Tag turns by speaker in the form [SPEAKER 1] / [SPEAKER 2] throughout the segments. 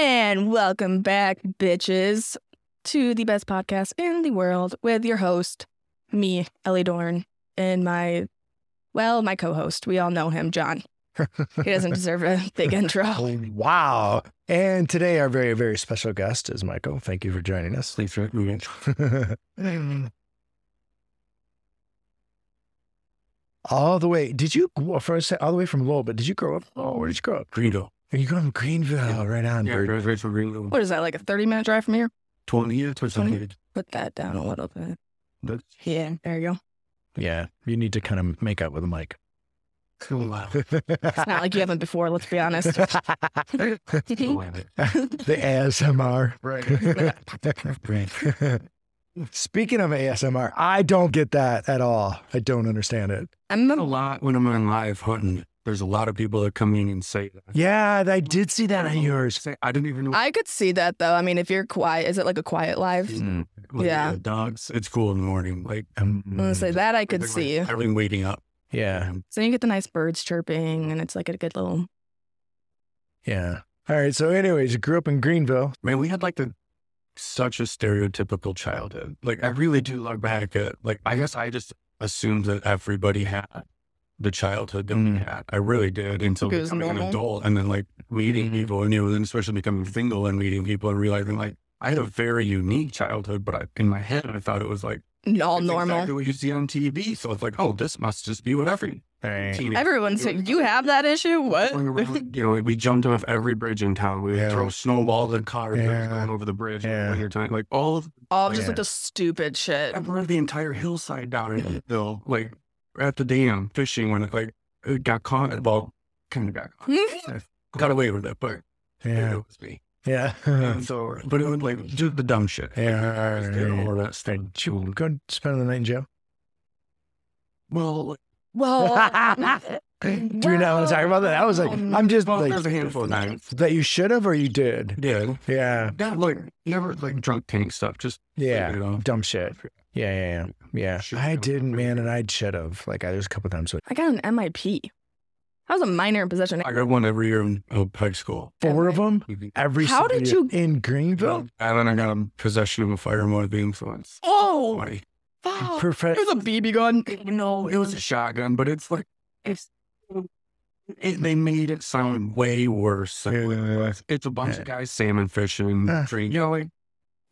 [SPEAKER 1] And welcome back, bitches, to the best podcast in the world with your host, me, Ellie Dorn, and my, well, my co host. We all know him, John. He doesn't deserve a big intro.
[SPEAKER 2] Oh, wow. And today, our very, very special guest is Michael. Thank you for joining us.
[SPEAKER 3] Thanks for moving.
[SPEAKER 2] all the way. Did you, well, first, all the way from Lowell, but did you grow up? Oh, where did you grow up?
[SPEAKER 3] Greenville.
[SPEAKER 2] You grew up in Greenville. Right on,
[SPEAKER 3] Yeah,
[SPEAKER 2] bird.
[SPEAKER 3] graduated from Greenville.
[SPEAKER 1] What is that, like a 30 minute drive from here?
[SPEAKER 3] 20 years or something.
[SPEAKER 1] Put that down a little bit.
[SPEAKER 3] That's
[SPEAKER 1] Yeah, there you go.
[SPEAKER 2] Yeah. You need to kind of make out with a mic.
[SPEAKER 3] so loud.
[SPEAKER 1] It's not like you haven't before, let's be honest.
[SPEAKER 3] So loud.
[SPEAKER 2] the ASMR.
[SPEAKER 3] Right.
[SPEAKER 2] Speaking of ASMR, I don't get that at all. I don't understand it.
[SPEAKER 1] I'm
[SPEAKER 3] A
[SPEAKER 1] a,
[SPEAKER 3] lot when I'm on live hunting, there's a lot of people that come in and say that.
[SPEAKER 2] Yeah, I did see that on yours.
[SPEAKER 3] Say, I didn't even know.
[SPEAKER 1] I could see that though. I mean, if you're quiet, is it like a quiet live? I'm
[SPEAKER 3] Mm. Like,
[SPEAKER 1] Yeah.
[SPEAKER 3] uh, dogs, it's cool in the morning. Like,
[SPEAKER 1] gonna say that I could
[SPEAKER 3] they're, like,
[SPEAKER 1] see.
[SPEAKER 3] Everything waiting up.
[SPEAKER 2] Um, Yeah,
[SPEAKER 1] So you get the nice birds chirping, and it's like a good little
[SPEAKER 2] yeah. All right. So, anyways, you grew up in Greenville.
[SPEAKER 3] Man, we had like the such a stereotypical childhood. Like I really do look back at like I guess I just assumed that everybody had the childhood that we
[SPEAKER 2] Mm.
[SPEAKER 3] had. I really did until
[SPEAKER 1] Like it was
[SPEAKER 3] becoming an
[SPEAKER 1] normal?
[SPEAKER 3] adult and then like meeting people and you know, and especially becoming single and meeting people and realizing like I had a very unique childhood, but I, in my head I thought it was like
[SPEAKER 1] all
[SPEAKER 3] it's
[SPEAKER 1] normal.
[SPEAKER 3] exactly what you see on TV. So it's like, oh, this must just be what every teenager
[SPEAKER 1] Everyone said, You have that issue? What?
[SPEAKER 3] going around, you know, we jumped off every bridge in town. We would
[SPEAKER 2] Yeah.
[SPEAKER 3] throw snowballs at cars that was
[SPEAKER 2] Yeah.
[SPEAKER 3] going over the bridge
[SPEAKER 2] Yeah.
[SPEAKER 3] when you're talking like all of
[SPEAKER 1] all just
[SPEAKER 2] Yeah.
[SPEAKER 1] like the stupid shit.
[SPEAKER 3] I burned the entire hillside down in Hill, like at the dam fishing when it like it got caught. Well, kind of got caught. I got away with it, but
[SPEAKER 2] Yeah,
[SPEAKER 3] it was me.
[SPEAKER 2] yeah.
[SPEAKER 3] And so, but it was like just the dumb shit.
[SPEAKER 2] Yeah.
[SPEAKER 3] Just did all that stuff.
[SPEAKER 2] Chewing. Go and spend the night in jail.
[SPEAKER 3] Well, like,
[SPEAKER 1] well,
[SPEAKER 2] Do you not want to talk about that? I was like,
[SPEAKER 1] Wow.
[SPEAKER 2] I'm just
[SPEAKER 3] well,
[SPEAKER 2] like
[SPEAKER 3] there's a handful of nights.
[SPEAKER 2] that. You should have or you did.
[SPEAKER 3] Yeah,
[SPEAKER 2] Yeah,
[SPEAKER 3] not like never like drunk tank stuff. Just
[SPEAKER 2] yeah.
[SPEAKER 3] you know,
[SPEAKER 2] Dumb shit. Yeah, yeah, yeah.
[SPEAKER 3] Should've
[SPEAKER 2] yeah. I
[SPEAKER 3] done.
[SPEAKER 2] didn't, man, and I should have. Like, I, there's a couple times. Like,
[SPEAKER 1] I got an MIP. I was a minor in possession.
[SPEAKER 3] I got one every year in uh, high school.
[SPEAKER 2] four of them every.
[SPEAKER 1] How
[SPEAKER 2] single
[SPEAKER 1] did
[SPEAKER 2] year
[SPEAKER 1] you-
[SPEAKER 2] in Greenville?
[SPEAKER 3] And then Um, I got in possession of a firearm beam, so it's
[SPEAKER 1] Oh,
[SPEAKER 3] funny.
[SPEAKER 1] fuck.
[SPEAKER 2] Perfect.
[SPEAKER 1] It was a BB gun.
[SPEAKER 3] No, it was a shotgun, but it's like it's it, they made it sound way worse. than what it was. It's a bunch of guys salmon fishing,
[SPEAKER 2] Uh.
[SPEAKER 3] drink, you know, like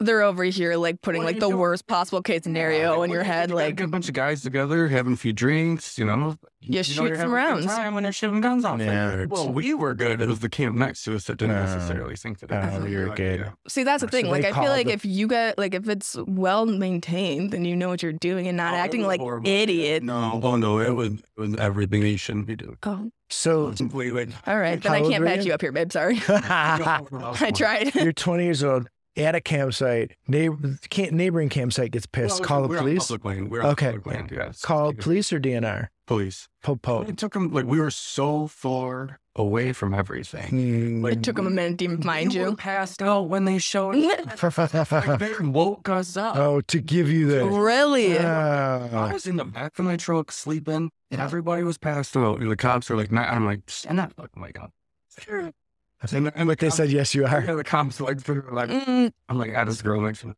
[SPEAKER 1] They're over here, like putting
[SPEAKER 3] What are
[SPEAKER 1] like
[SPEAKER 3] you
[SPEAKER 1] the
[SPEAKER 3] doing?
[SPEAKER 1] worst possible case
[SPEAKER 3] Yeah,
[SPEAKER 1] scenario
[SPEAKER 3] uh, like,
[SPEAKER 1] in your
[SPEAKER 3] what do you
[SPEAKER 1] head.
[SPEAKER 3] think? You
[SPEAKER 1] Like,
[SPEAKER 3] got a bunch of guys together having a few drinks, you know.
[SPEAKER 1] You shoot
[SPEAKER 3] you're
[SPEAKER 1] some
[SPEAKER 3] having a
[SPEAKER 1] rounds.
[SPEAKER 3] good Time when they're shooting guns off.
[SPEAKER 2] Yeah.
[SPEAKER 3] there. Well, we were good. It was the camp next to us that didn't
[SPEAKER 2] No.
[SPEAKER 3] necessarily think that. it
[SPEAKER 2] Oh,
[SPEAKER 3] was a
[SPEAKER 2] we were
[SPEAKER 3] idea.
[SPEAKER 2] good.
[SPEAKER 1] see, that's the
[SPEAKER 2] So
[SPEAKER 1] thing.
[SPEAKER 2] they
[SPEAKER 1] like, I feel
[SPEAKER 2] called
[SPEAKER 1] like
[SPEAKER 2] the-
[SPEAKER 1] if you get like if it's well maintained, then you know what you're doing and not
[SPEAKER 3] Oh, it
[SPEAKER 1] acting
[SPEAKER 3] was
[SPEAKER 1] like
[SPEAKER 3] horrible.
[SPEAKER 1] idiot.
[SPEAKER 3] No, oh no, it was it was everything they shouldn't be doing.
[SPEAKER 1] Oh,
[SPEAKER 2] So
[SPEAKER 3] Completely.
[SPEAKER 1] all right. Then I
[SPEAKER 2] How old
[SPEAKER 1] can't
[SPEAKER 2] were
[SPEAKER 1] back
[SPEAKER 2] you? Oh
[SPEAKER 1] you up here, babe. Sorry. I tried.
[SPEAKER 2] you're 20 years old at a campsite. Neighbor, can't, neighboring campsite gets pissed.
[SPEAKER 3] Well,
[SPEAKER 2] call the
[SPEAKER 3] we're on
[SPEAKER 2] police.
[SPEAKER 3] Public land. We're on
[SPEAKER 2] Okay.
[SPEAKER 3] Public land. Yes.
[SPEAKER 2] Call police or DNR.
[SPEAKER 3] police. Oh,
[SPEAKER 2] Po po.
[SPEAKER 3] It took them like we were so far away from everything.
[SPEAKER 1] It took him a minute to mind
[SPEAKER 3] We
[SPEAKER 1] you.
[SPEAKER 3] were passed out when they showed up. like,
[SPEAKER 2] Mm.
[SPEAKER 3] they woke us up.
[SPEAKER 2] oh, to give you the.
[SPEAKER 1] Really?
[SPEAKER 3] I
[SPEAKER 2] Oh.
[SPEAKER 3] was in the back of my truck sleeping, and everybody was passed out. And the cops were like, nah. I'm like, stand up. Like, oh my God. And, and the
[SPEAKER 2] They
[SPEAKER 3] cops-
[SPEAKER 2] said, yes, you
[SPEAKER 3] yeah,
[SPEAKER 2] are.
[SPEAKER 3] the cops were like, they were like-
[SPEAKER 1] Mm,
[SPEAKER 3] I'm like, ah, this girl next to me.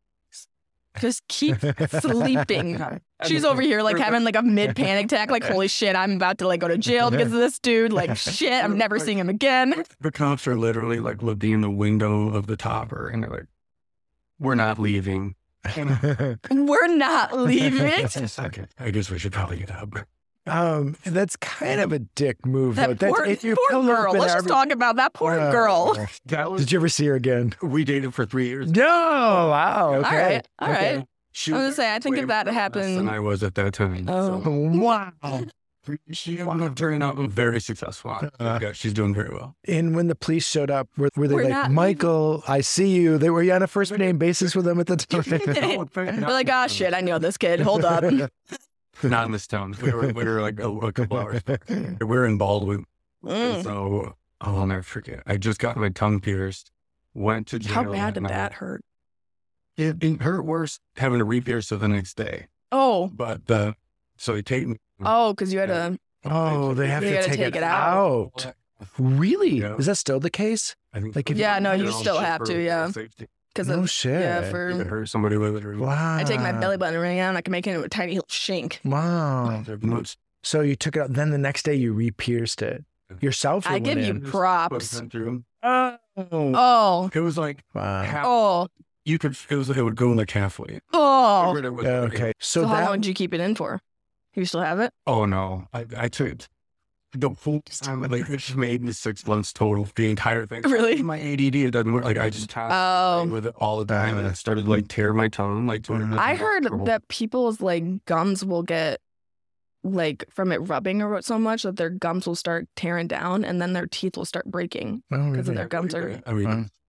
[SPEAKER 1] just keep sleeping.
[SPEAKER 3] And
[SPEAKER 1] She's
[SPEAKER 3] the-
[SPEAKER 1] over here like having like a mid panic attack, like holy shit, I'm about to like go to jail because of this dude. Like shit, I'm never seeing him again.
[SPEAKER 3] The cops are literally like looking in the window of the topper, and they're like, we're not leaving. And
[SPEAKER 1] We're not leaving.
[SPEAKER 3] It's just, okay. I guess we should probably get up.
[SPEAKER 2] um, that's kind of a dick move. though.
[SPEAKER 1] That
[SPEAKER 2] That's-
[SPEAKER 1] poor,
[SPEAKER 2] if you're
[SPEAKER 1] poor
[SPEAKER 2] pilled up
[SPEAKER 1] girl.
[SPEAKER 2] in
[SPEAKER 1] Let's just
[SPEAKER 2] every-
[SPEAKER 1] talk about that poor
[SPEAKER 2] Oh.
[SPEAKER 1] girl.
[SPEAKER 3] That was
[SPEAKER 2] Did you ever see her again?
[SPEAKER 3] we dated for three years.
[SPEAKER 2] No. Wow.
[SPEAKER 3] All
[SPEAKER 2] Okay.
[SPEAKER 1] All right, all right.
[SPEAKER 3] Okay. She
[SPEAKER 1] I was gonna say, I think
[SPEAKER 3] way
[SPEAKER 1] if that
[SPEAKER 3] more
[SPEAKER 1] happened-
[SPEAKER 3] less than I was at that time.
[SPEAKER 1] Oh.
[SPEAKER 2] Wow.
[SPEAKER 3] So she ended up turning out very successful.
[SPEAKER 2] Uh.
[SPEAKER 3] yeah, she's doing very well.
[SPEAKER 2] And when the police showed up, were, were they
[SPEAKER 1] We're not
[SPEAKER 2] like,
[SPEAKER 1] leaving.
[SPEAKER 2] Michael, I see you? They were you on a first name basis with them at the time?
[SPEAKER 1] We're like, ah, shit, I know this kid. Hold up.
[SPEAKER 3] Not in this town. We were, we were like a, a couple hours. back. We were in Baldwin. And
[SPEAKER 1] Mm.
[SPEAKER 3] So oh, I'll never forget. I just got my tongue pierced. Went to jail.
[SPEAKER 1] How bad did
[SPEAKER 3] night.
[SPEAKER 1] that hurt?
[SPEAKER 3] It, it hurt worse having to re-pierce it the next day.
[SPEAKER 1] Oh,
[SPEAKER 3] But uh, so they take me.
[SPEAKER 1] oh, because you had a
[SPEAKER 2] oh, they have
[SPEAKER 1] You
[SPEAKER 2] to
[SPEAKER 1] gotta
[SPEAKER 2] take, it,
[SPEAKER 1] take it out.
[SPEAKER 2] out. Really?
[SPEAKER 3] Yeah.
[SPEAKER 2] Is that still the case?
[SPEAKER 3] I think
[SPEAKER 2] Like, if-
[SPEAKER 1] Yeah, no, you
[SPEAKER 3] I'll
[SPEAKER 1] still
[SPEAKER 3] just
[SPEAKER 1] have to,
[SPEAKER 3] for
[SPEAKER 1] yeah.
[SPEAKER 3] safety.
[SPEAKER 1] Because
[SPEAKER 2] No shit.
[SPEAKER 1] yeah, for
[SPEAKER 3] If it hurts somebody with it. or-
[SPEAKER 2] wow.
[SPEAKER 1] I take my belly button ring out and I can make it a tiny little shank.
[SPEAKER 2] Wow.
[SPEAKER 3] Their boots
[SPEAKER 2] So you took it out. Then the next day you re-pierced it yourself. or
[SPEAKER 1] I
[SPEAKER 2] went
[SPEAKER 1] give you
[SPEAKER 2] in?
[SPEAKER 3] Just
[SPEAKER 1] props.
[SPEAKER 3] went through 'em.
[SPEAKER 2] Oh.
[SPEAKER 1] uh, Oh,
[SPEAKER 3] It was like
[SPEAKER 2] Wow.
[SPEAKER 3] half.
[SPEAKER 1] oh,
[SPEAKER 3] You could. It was. It would go like halfway.
[SPEAKER 1] oh.
[SPEAKER 3] Where it was-
[SPEAKER 2] Okay. So,
[SPEAKER 1] So, how long
[SPEAKER 2] that
[SPEAKER 1] did you keep it in for? You still have it?
[SPEAKER 3] Oh no, I I took it the whole time. Like it made me six months total. The entire thing.
[SPEAKER 1] Really?
[SPEAKER 3] My ADD it doesn't work. Like I just tapped
[SPEAKER 1] Oh.
[SPEAKER 3] with Uh, it all the time, and it started like tear my tongue. Like doing it.
[SPEAKER 1] I heard that people's like gums will get like from it rubbing or so much that their gums will start tearing down and then their teeth will start breaking.
[SPEAKER 2] Oh,
[SPEAKER 1] because of
[SPEAKER 2] really?
[SPEAKER 1] their gums are- Mm.
[SPEAKER 3] I mean,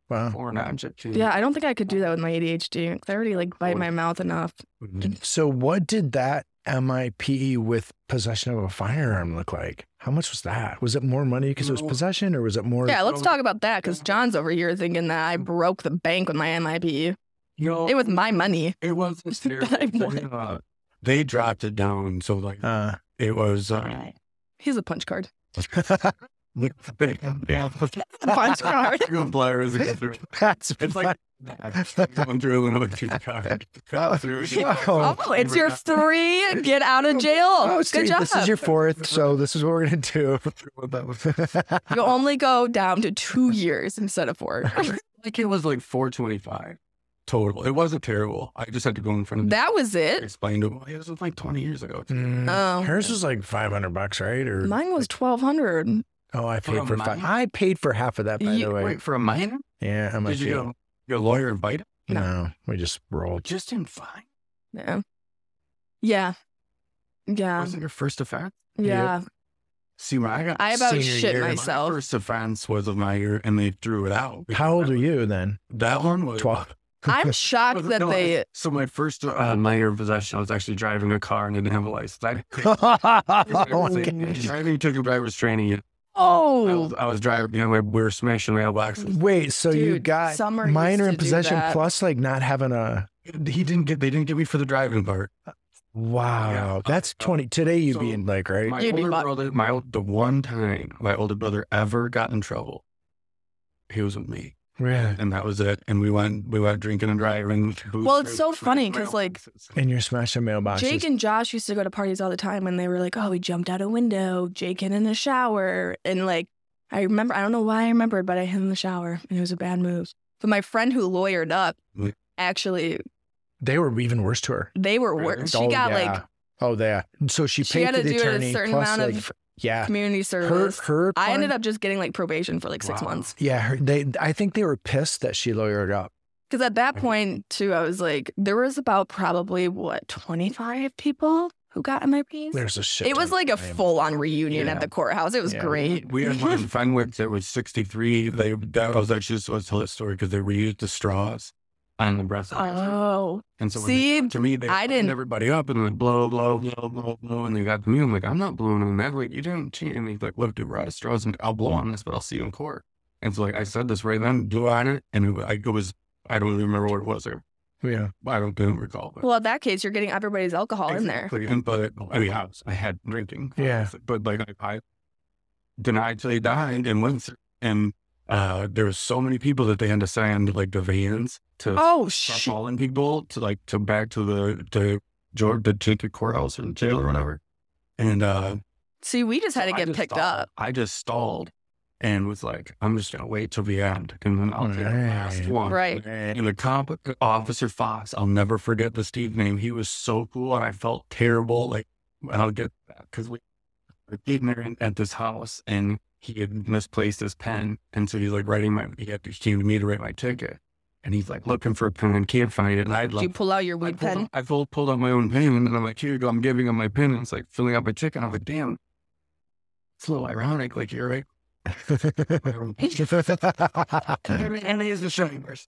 [SPEAKER 2] Wow. Wow.
[SPEAKER 3] foreign object. too.
[SPEAKER 1] Yeah, I don't think I could do that with my ADHD. 'cause I already like bite my mouth enough.
[SPEAKER 3] Mm-hmm.
[SPEAKER 1] Mm.
[SPEAKER 2] So what did that MIPE with possession of a firearm look like? How much was that? Was it more money because it was
[SPEAKER 3] No.
[SPEAKER 2] possession, or was it more?
[SPEAKER 1] Yeah, let's talk about that because John's over here thinking that I broke the bank with my MIP.
[SPEAKER 3] You know,
[SPEAKER 1] It was my money.
[SPEAKER 3] It wasn't serious.
[SPEAKER 1] I wanted.
[SPEAKER 3] Uh, they dropped it down, so like
[SPEAKER 2] Uh,
[SPEAKER 3] it was. Uh,
[SPEAKER 1] He's a punch card.
[SPEAKER 3] like, yeah,
[SPEAKER 1] Punch card.
[SPEAKER 3] Good players go through.
[SPEAKER 2] that's
[SPEAKER 3] It's like going through and through the car. Got through.
[SPEAKER 2] Oh.
[SPEAKER 1] Oh, it's your three. Get out of jail.
[SPEAKER 2] Oh,
[SPEAKER 1] Good
[SPEAKER 2] it's three-
[SPEAKER 1] job.
[SPEAKER 2] This is your fourth, so this is what we're gonna do.
[SPEAKER 1] you only go down to two years instead of four.
[SPEAKER 3] Like it was like 425 total. It wasn't terrible. I just had to go in front of
[SPEAKER 1] that was
[SPEAKER 3] the
[SPEAKER 1] it.
[SPEAKER 3] explain to them. It was like 20 years ago.
[SPEAKER 2] Mm.
[SPEAKER 1] Oh.
[SPEAKER 2] Hers was like five hundred bucks, right? Or
[SPEAKER 1] Mine was twelve hundred.
[SPEAKER 2] oh, I paid
[SPEAKER 3] Oh,
[SPEAKER 2] for five.
[SPEAKER 3] mine?
[SPEAKER 2] I paid for half of that, by
[SPEAKER 1] You-
[SPEAKER 2] the way.
[SPEAKER 3] Wait for a minor?
[SPEAKER 2] Yeah, I'm
[SPEAKER 3] Did you get a- your lawyer invited?
[SPEAKER 1] No.
[SPEAKER 2] No, we just rolled.
[SPEAKER 3] Just in fine.
[SPEAKER 1] Yeah. Yeah. Yeah.
[SPEAKER 3] Wasn't your first offense?
[SPEAKER 1] yeah.
[SPEAKER 3] See, when I got
[SPEAKER 1] I about
[SPEAKER 2] Senior
[SPEAKER 1] shit
[SPEAKER 2] year, my
[SPEAKER 1] myself.
[SPEAKER 3] My first offense was a minor, and they threw it out.
[SPEAKER 2] How old are you then?
[SPEAKER 3] That one was
[SPEAKER 2] Twelve.
[SPEAKER 1] I'm shocked that
[SPEAKER 3] No,
[SPEAKER 1] they.
[SPEAKER 3] So my first uh, minor possession, I was actually driving a car and didn't have a license. I
[SPEAKER 2] oh,
[SPEAKER 1] my
[SPEAKER 2] okay.
[SPEAKER 1] gosh.
[SPEAKER 3] driving took a driver's training. I
[SPEAKER 1] Oh,
[SPEAKER 3] was, I was driving. You know, we were smashing mailboxes.
[SPEAKER 2] Wait, so you
[SPEAKER 1] Dude,
[SPEAKER 2] got
[SPEAKER 1] Summer used
[SPEAKER 2] minor
[SPEAKER 1] to
[SPEAKER 2] in
[SPEAKER 1] do
[SPEAKER 2] possession
[SPEAKER 1] that.
[SPEAKER 2] plus like not having a
[SPEAKER 3] He didn't get. They didn't get me for the driving part.
[SPEAKER 2] wow.
[SPEAKER 3] Yeah.
[SPEAKER 2] That's twenty today. You'd be
[SPEAKER 3] So
[SPEAKER 2] in like right.
[SPEAKER 3] My
[SPEAKER 1] You'd be
[SPEAKER 3] older
[SPEAKER 1] fucked.
[SPEAKER 3] brother, my old, the one time my older brother ever got in trouble, he was with me,
[SPEAKER 2] really.
[SPEAKER 3] and that was it. And we went, we went drinking and driving.
[SPEAKER 1] Well, it's so funny 'cause, like,
[SPEAKER 2] And you're smashing mailboxes.
[SPEAKER 1] Jake and Josh used to go to parties all the time and they were like, oh, we jumped out a window, Jake hid in the shower. And like, I remember, I don't know why I remembered, but I hid in the shower and it was a bad move. But my friend who lawyered up,
[SPEAKER 2] Mm-hmm.
[SPEAKER 3] Mm.
[SPEAKER 1] actually,
[SPEAKER 2] they were even worse to her.
[SPEAKER 1] they were
[SPEAKER 3] Really?
[SPEAKER 1] worse. She
[SPEAKER 2] Oh,
[SPEAKER 1] got
[SPEAKER 2] yeah.
[SPEAKER 1] like
[SPEAKER 2] oh yeah. And So she
[SPEAKER 1] she
[SPEAKER 2] paid
[SPEAKER 1] had
[SPEAKER 2] for
[SPEAKER 1] to
[SPEAKER 2] the
[SPEAKER 1] do
[SPEAKER 2] attorney
[SPEAKER 1] a certain
[SPEAKER 2] plus
[SPEAKER 1] amount
[SPEAKER 2] like
[SPEAKER 1] of
[SPEAKER 2] yeah.
[SPEAKER 1] community
[SPEAKER 2] Her
[SPEAKER 1] service.
[SPEAKER 2] her.
[SPEAKER 1] I
[SPEAKER 2] part-
[SPEAKER 1] ended up just getting like probation for like six
[SPEAKER 3] Wow.
[SPEAKER 1] months.
[SPEAKER 2] Yeah, her, they. I think they were pissed that she lawyered up.
[SPEAKER 1] Because at that
[SPEAKER 3] Mhm.
[SPEAKER 1] point, too, I was like, there was about probably what, 25 people who got MIPs?
[SPEAKER 2] There's a shit.
[SPEAKER 1] It was
[SPEAKER 2] ton
[SPEAKER 1] like
[SPEAKER 2] of
[SPEAKER 1] a
[SPEAKER 2] blame.
[SPEAKER 1] full on reunion
[SPEAKER 2] Yeah.
[SPEAKER 1] at the courthouse. It was
[SPEAKER 2] Yeah.
[SPEAKER 1] great.
[SPEAKER 3] We had one fun with that was 63. They that was actually just was tell that story because they reused the straws on the breath.
[SPEAKER 1] Oh,
[SPEAKER 3] and so when they
[SPEAKER 1] see,
[SPEAKER 3] got to me, they
[SPEAKER 1] I
[SPEAKER 3] opened
[SPEAKER 1] didn't-
[SPEAKER 3] everybody up and like blow, blow, blow, blow, blow, and they got to me. I'm like, I'm not blowing on that. Like, you didn't cheat. And he's like, look, dude, we're out of straws, and I'll blow on this, but I'll see you in court. And so like I said this right then, blew on it, and it, wa- I, it was I don't even remember what it was. Or,
[SPEAKER 2] Yeah.
[SPEAKER 3] I don't, don't recall. But
[SPEAKER 1] well, in that case, you're getting everybody's alcohol in there.
[SPEAKER 3] Exactly. And, but I mean, I, was, I had drinking.
[SPEAKER 2] Yeah.
[SPEAKER 3] obviously, But like I, I denied till he died and went through. And uh, there was so many people that they had to send like the vans to
[SPEAKER 1] Oh,
[SPEAKER 3] stop
[SPEAKER 1] shit.
[SPEAKER 3] fallen people to like to back to the to George the to the courthouse or jail or whatever. And uh,
[SPEAKER 1] See, we just had to
[SPEAKER 3] so I
[SPEAKER 1] get
[SPEAKER 3] just
[SPEAKER 1] picked
[SPEAKER 3] stalled.
[SPEAKER 1] up.
[SPEAKER 3] I just stalled and was like, I'm just gonna wait till the end, and then I'll take the last
[SPEAKER 2] Right.
[SPEAKER 3] one.
[SPEAKER 1] Right.
[SPEAKER 3] And the cop, uh, Officer Fox, I'll never forget the Steve name. He was so cool, and I felt terrible. Like, and I'll get that because we were ignorant at this house, and he had misplaced his pen, and so he's like writing my. He had to he came to me to write my ticket, and he's like looking for a pen and can't find it, and I'd
[SPEAKER 1] Did you
[SPEAKER 3] like.
[SPEAKER 1] pull out your
[SPEAKER 3] I
[SPEAKER 1] weed
[SPEAKER 3] pulled,
[SPEAKER 1] pen?
[SPEAKER 3] out- I pulled, pulled out my own pen and I'm like, here you go. I'm giving him my pen. And it's like filling out my ticket. I'm like, damn, it's a little ironic. Like, you're right. and he's the shiny person.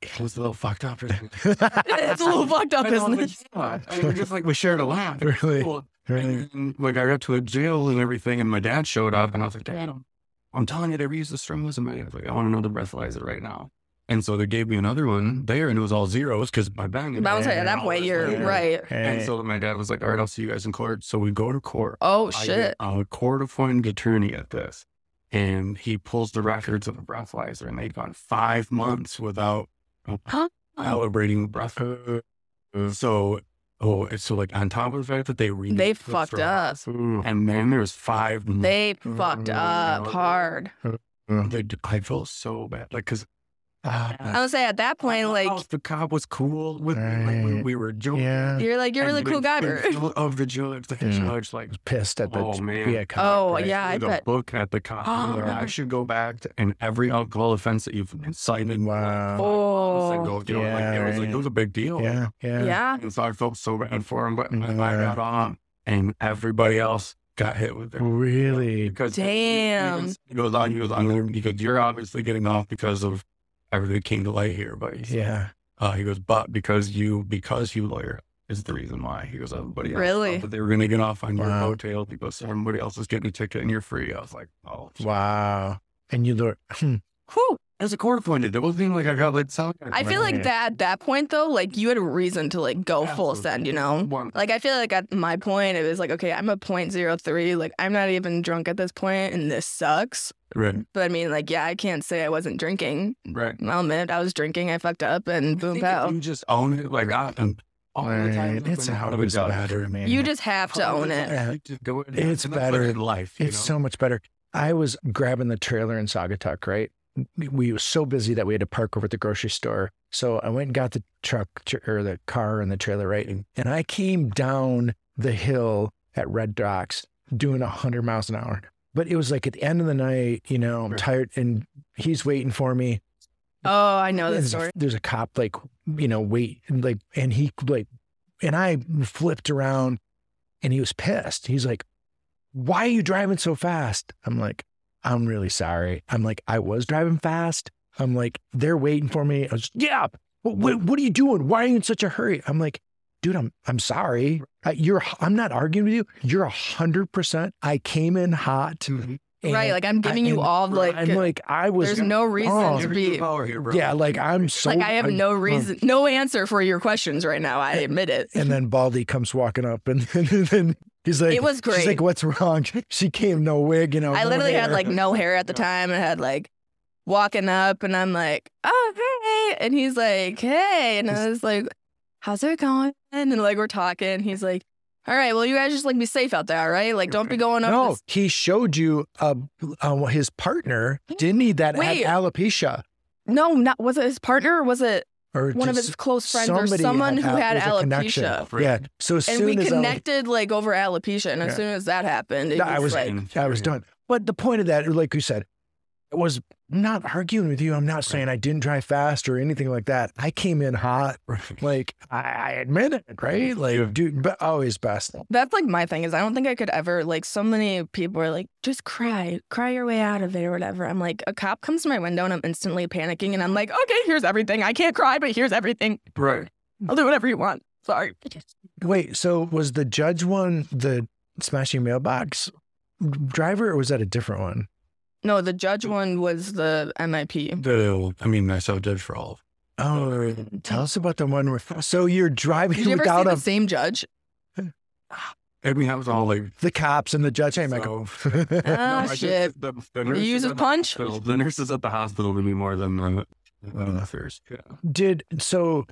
[SPEAKER 3] It was a little fucked up. isn't it?
[SPEAKER 1] it's a little fucked up,
[SPEAKER 3] I know,
[SPEAKER 1] isn't
[SPEAKER 3] but
[SPEAKER 1] it?
[SPEAKER 3] it's not. I mean, just like we shared a laugh. It was
[SPEAKER 2] really,
[SPEAKER 3] cool.
[SPEAKER 2] really.
[SPEAKER 3] And then, like I got to a jail and everything, and my dad showed up, and I was like, Dad, I'm, I'm telling you, they reused the straws, and I was like, I want another breathalyzer right now. And so they gave me another one there, and it was all zeros because my bang.
[SPEAKER 1] But I was like,
[SPEAKER 2] Yeah,
[SPEAKER 1] at that point, you're
[SPEAKER 2] yeah.
[SPEAKER 1] right.
[SPEAKER 3] And
[SPEAKER 2] Hey.
[SPEAKER 3] so my dad was like, All right, I'll see you guys in court. So we go to court.
[SPEAKER 1] Oh,
[SPEAKER 3] I
[SPEAKER 1] shit.
[SPEAKER 3] get a court appointed attorney at this. and he pulls the records of the breathalyzer, and they've gone five months without
[SPEAKER 1] Huh?
[SPEAKER 3] calibrating the breath. So, oh, it's so like on top of the fact that they renewed
[SPEAKER 1] They
[SPEAKER 3] it for-
[SPEAKER 1] fucked up.
[SPEAKER 3] and then there's five. months.
[SPEAKER 1] They
[SPEAKER 3] Mm,
[SPEAKER 1] fucked up hard.
[SPEAKER 3] They d- I feel so bad, like because
[SPEAKER 1] I
[SPEAKER 2] Ah,
[SPEAKER 1] would say at that point, like
[SPEAKER 3] the cop was cool with me, like, we,
[SPEAKER 2] Right.
[SPEAKER 3] we were joking.
[SPEAKER 2] Yeah.
[SPEAKER 1] you're like you're a
[SPEAKER 3] And
[SPEAKER 1] really cool
[SPEAKER 3] in
[SPEAKER 1] guy.
[SPEAKER 3] front Of the judge, the
[SPEAKER 2] Yeah.
[SPEAKER 3] judge, like
[SPEAKER 2] was pissed at the
[SPEAKER 3] Oh, man.
[SPEAKER 2] yeah, cop,
[SPEAKER 1] Oh
[SPEAKER 2] right?
[SPEAKER 1] yeah, I
[SPEAKER 3] the
[SPEAKER 1] bet.
[SPEAKER 3] book at the cop. and they're like, I should go back to, and every alcohol offense that you've incited.
[SPEAKER 2] Wow.
[SPEAKER 3] It's like,
[SPEAKER 1] Oh
[SPEAKER 3] oh, you know, like, it
[SPEAKER 2] Yeah,
[SPEAKER 3] was like it
[SPEAKER 2] right.
[SPEAKER 3] was a big deal.
[SPEAKER 2] yeah, yeah,
[SPEAKER 1] yeah.
[SPEAKER 3] And so I felt so bad for him, but I
[SPEAKER 2] Yeah.
[SPEAKER 3] got on, and everybody else got hit with it.
[SPEAKER 2] Really?
[SPEAKER 3] Because he- he
[SPEAKER 1] Damn.
[SPEAKER 3] goes- He goes on, he goes on, because you're obviously getting off because of everything that came to light here. But he's-
[SPEAKER 2] Yeah.
[SPEAKER 3] uh, he goes, but because you, because you lawyer is the reason why. He goes, everybody else
[SPEAKER 1] Really?
[SPEAKER 3] thought that they were going to get off on your
[SPEAKER 2] Wow.
[SPEAKER 3] hotel. He goes, everybody else is getting a ticket and you're free. I was like, oh,
[SPEAKER 2] Wow. And you look. Hmm.
[SPEAKER 1] Whew.
[SPEAKER 3] it was a court appointed. It wasn't even like I got let out.
[SPEAKER 1] I feel like
[SPEAKER 2] Right.
[SPEAKER 1] that at that point though, like you had a reason to like go full
[SPEAKER 3] Absolutely.
[SPEAKER 1] send, you know?
[SPEAKER 3] One,
[SPEAKER 1] Like I feel like at my point it was like, okay, I'm a point zero three, like I'm not even drunk at this point and this sucks.
[SPEAKER 3] right,
[SPEAKER 1] But I mean like yeah, I can't say I wasn't drinking.
[SPEAKER 3] right.
[SPEAKER 1] I'll admit I was drinking, I fucked up and
[SPEAKER 3] I
[SPEAKER 1] boom
[SPEAKER 3] think if
[SPEAKER 1] pow.
[SPEAKER 3] You just own it. Like, I, and all the time.
[SPEAKER 2] Right. It's always better, man.
[SPEAKER 1] You just have to own it.
[SPEAKER 2] Yeah.
[SPEAKER 3] It's
[SPEAKER 2] It's
[SPEAKER 3] better
[SPEAKER 2] better.
[SPEAKER 3] in life. you
[SPEAKER 2] It's
[SPEAKER 3] know?
[SPEAKER 2] so much better. I was grabbing the trailer in Saugatuck, right? We were so busy that we had to park over at the grocery store. So I went and got the truck tr- or the car and the trailer, right? And, and I came down the hill at Red Docks doing 100 miles an hour. But it was like at the end of the night, you know, I'm
[SPEAKER 3] Right.
[SPEAKER 2] tired and he's waiting for me.
[SPEAKER 1] Oh, I know this
[SPEAKER 2] there's,
[SPEAKER 1] story.
[SPEAKER 2] A, there's a cop like you know wait and like and he like and I flipped around and he was pissed. He's like, "Why are you driving so fast?" I'm like, "I'm really sorry." I'm like, "I was driving fast." I'm like, "They're waiting for me." I was, "Yeah, what, what, what are you doing? Why are you in such a hurry?" I'm like, "Dude, I'm I'm sorry. I, you're I'm not arguing with you. You're hundred percent. I came in hot,
[SPEAKER 3] Mhm.
[SPEAKER 2] and
[SPEAKER 1] Mm-hmm. right. Like I'm giving you
[SPEAKER 2] and
[SPEAKER 1] all like
[SPEAKER 2] I'm like I was."
[SPEAKER 1] there's no reason
[SPEAKER 2] Oh,
[SPEAKER 1] to
[SPEAKER 3] You're
[SPEAKER 1] be
[SPEAKER 3] the power here, bro.
[SPEAKER 2] Yeah, like I'm so Oh,
[SPEAKER 1] like I have no reason no answer for your questions right now. I admit it.
[SPEAKER 2] And then Baldy comes walking up and then he's like,
[SPEAKER 1] It was
[SPEAKER 2] She's
[SPEAKER 1] great.
[SPEAKER 2] like, what's wrong? She came no wig, you know.
[SPEAKER 1] I
[SPEAKER 2] no
[SPEAKER 1] literally had
[SPEAKER 2] hair.
[SPEAKER 1] like no hair at the time. I had like walking up and I'm like, oh, hey. And he's like, hey. And I was like, how's it going? And like, we're talking. He's like, all right, well, you guys just like be safe out there, all right? Like, don't be going up.
[SPEAKER 2] No,
[SPEAKER 1] this-
[SPEAKER 2] he showed you uh, uh, his partner didn't need that ad-
[SPEAKER 1] Wait.
[SPEAKER 2] alopecia
[SPEAKER 1] No, not was it his partner or was it
[SPEAKER 2] or
[SPEAKER 1] one of
[SPEAKER 2] just-
[SPEAKER 1] his close friends or
[SPEAKER 2] somebody
[SPEAKER 1] someone
[SPEAKER 2] had
[SPEAKER 1] who
[SPEAKER 2] al-
[SPEAKER 1] had
[SPEAKER 2] there's a connection.
[SPEAKER 1] alopecia?
[SPEAKER 3] Right.
[SPEAKER 2] Yeah. So as
[SPEAKER 1] And
[SPEAKER 2] soon
[SPEAKER 1] we
[SPEAKER 2] as alope-
[SPEAKER 1] connected like over alopecia. And as
[SPEAKER 2] Yeah.
[SPEAKER 1] soon as that happened, it
[SPEAKER 2] No,
[SPEAKER 1] was,
[SPEAKER 2] I was-
[SPEAKER 1] like,
[SPEAKER 2] I was done. But the point of that, like you said, I was not arguing with you. I'm not saying I didn't drive fast or anything like that. I came in hot. Like I, I admit it, right? Like, dude, but always best.
[SPEAKER 1] That's like my thing is I don't think I could ever like so many people are like just cry, cry your way out of it or whatever. I'm like a cop comes to my window and I'm instantly panicking and I'm like, okay, here's everything. I can't cry, but here's everything.
[SPEAKER 3] Right.
[SPEAKER 1] I'll do whatever you want. Sorry.
[SPEAKER 2] Wait, so was the judge one the smashing mailbox driver, or was that a different one?
[SPEAKER 1] No, the judge one was the MIP.
[SPEAKER 3] The, I mean, I saw judge for all. of
[SPEAKER 2] Oh, tell us about the one where. So you're driving
[SPEAKER 1] Did you ever see
[SPEAKER 2] without
[SPEAKER 1] the
[SPEAKER 2] a, the,
[SPEAKER 1] same judge?
[SPEAKER 3] it. I mean, I was all like,
[SPEAKER 2] cops and the judge. Hey, Michael.
[SPEAKER 1] Ah,
[SPEAKER 3] I just-
[SPEAKER 1] shit.
[SPEAKER 3] The, the
[SPEAKER 1] Did
[SPEAKER 3] nurses
[SPEAKER 1] you use his
[SPEAKER 3] at the
[SPEAKER 1] punch?
[SPEAKER 3] hospital, the nurses at the hospital to me more than the than the first. Yeah.
[SPEAKER 2] did so?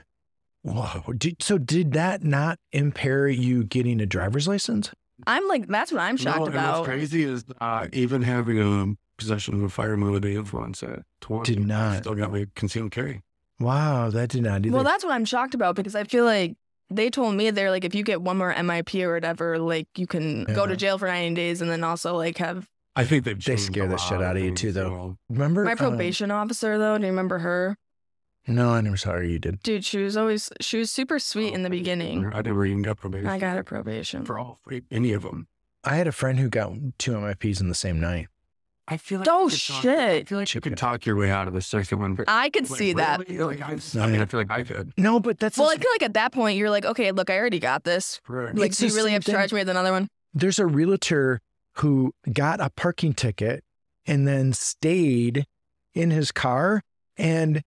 [SPEAKER 2] Whoa! Did, so did that not impair you getting a driver's license?
[SPEAKER 1] I'm like, that's what I'm shocked
[SPEAKER 3] No, and
[SPEAKER 1] about.
[SPEAKER 3] What's crazy is uh, even having a possession of a firearm with the influence at 20,
[SPEAKER 2] Did not.
[SPEAKER 3] still got me concealed carry.
[SPEAKER 2] Wow, that did not either.
[SPEAKER 1] Well, that's what I'm shocked about because I feel like they told me they're like, if you get one more MIP or whatever, like you can go to
[SPEAKER 2] Yeah.
[SPEAKER 1] jail for 90 days and then also like have
[SPEAKER 3] I think they've
[SPEAKER 2] They
[SPEAKER 3] changed
[SPEAKER 2] scare
[SPEAKER 3] a
[SPEAKER 2] the
[SPEAKER 3] lot
[SPEAKER 2] shit
[SPEAKER 3] of
[SPEAKER 2] out of you,
[SPEAKER 3] things,
[SPEAKER 2] too, though.
[SPEAKER 3] know.
[SPEAKER 2] remember
[SPEAKER 1] my
[SPEAKER 2] um,
[SPEAKER 1] probation officer though. Do you remember her?
[SPEAKER 2] no, I never saw her. You did.
[SPEAKER 1] Dude, she was always she was super sweet in the beginning.
[SPEAKER 3] I never even got probation.
[SPEAKER 1] I got her probation.
[SPEAKER 3] for all three, any of them.
[SPEAKER 2] I had a friend who got two MIPs in the same night.
[SPEAKER 3] I feel
[SPEAKER 1] like Oh, you could talk- shit. I
[SPEAKER 3] feel like you could talk your way out of the second one. but-
[SPEAKER 1] I could
[SPEAKER 3] Like,
[SPEAKER 1] see that.
[SPEAKER 3] really? Like, I've, I mean, I feel like I could.
[SPEAKER 2] No, but that's
[SPEAKER 1] Well, I feel like at that point you're like, okay, look, I already got this.
[SPEAKER 3] Right.
[SPEAKER 1] Like,
[SPEAKER 2] It's
[SPEAKER 1] do you
[SPEAKER 2] the
[SPEAKER 1] really
[SPEAKER 2] same
[SPEAKER 1] have to
[SPEAKER 2] thing.
[SPEAKER 1] charge me with another one?
[SPEAKER 2] there's a realtor who got a parking ticket and then stayed in his car and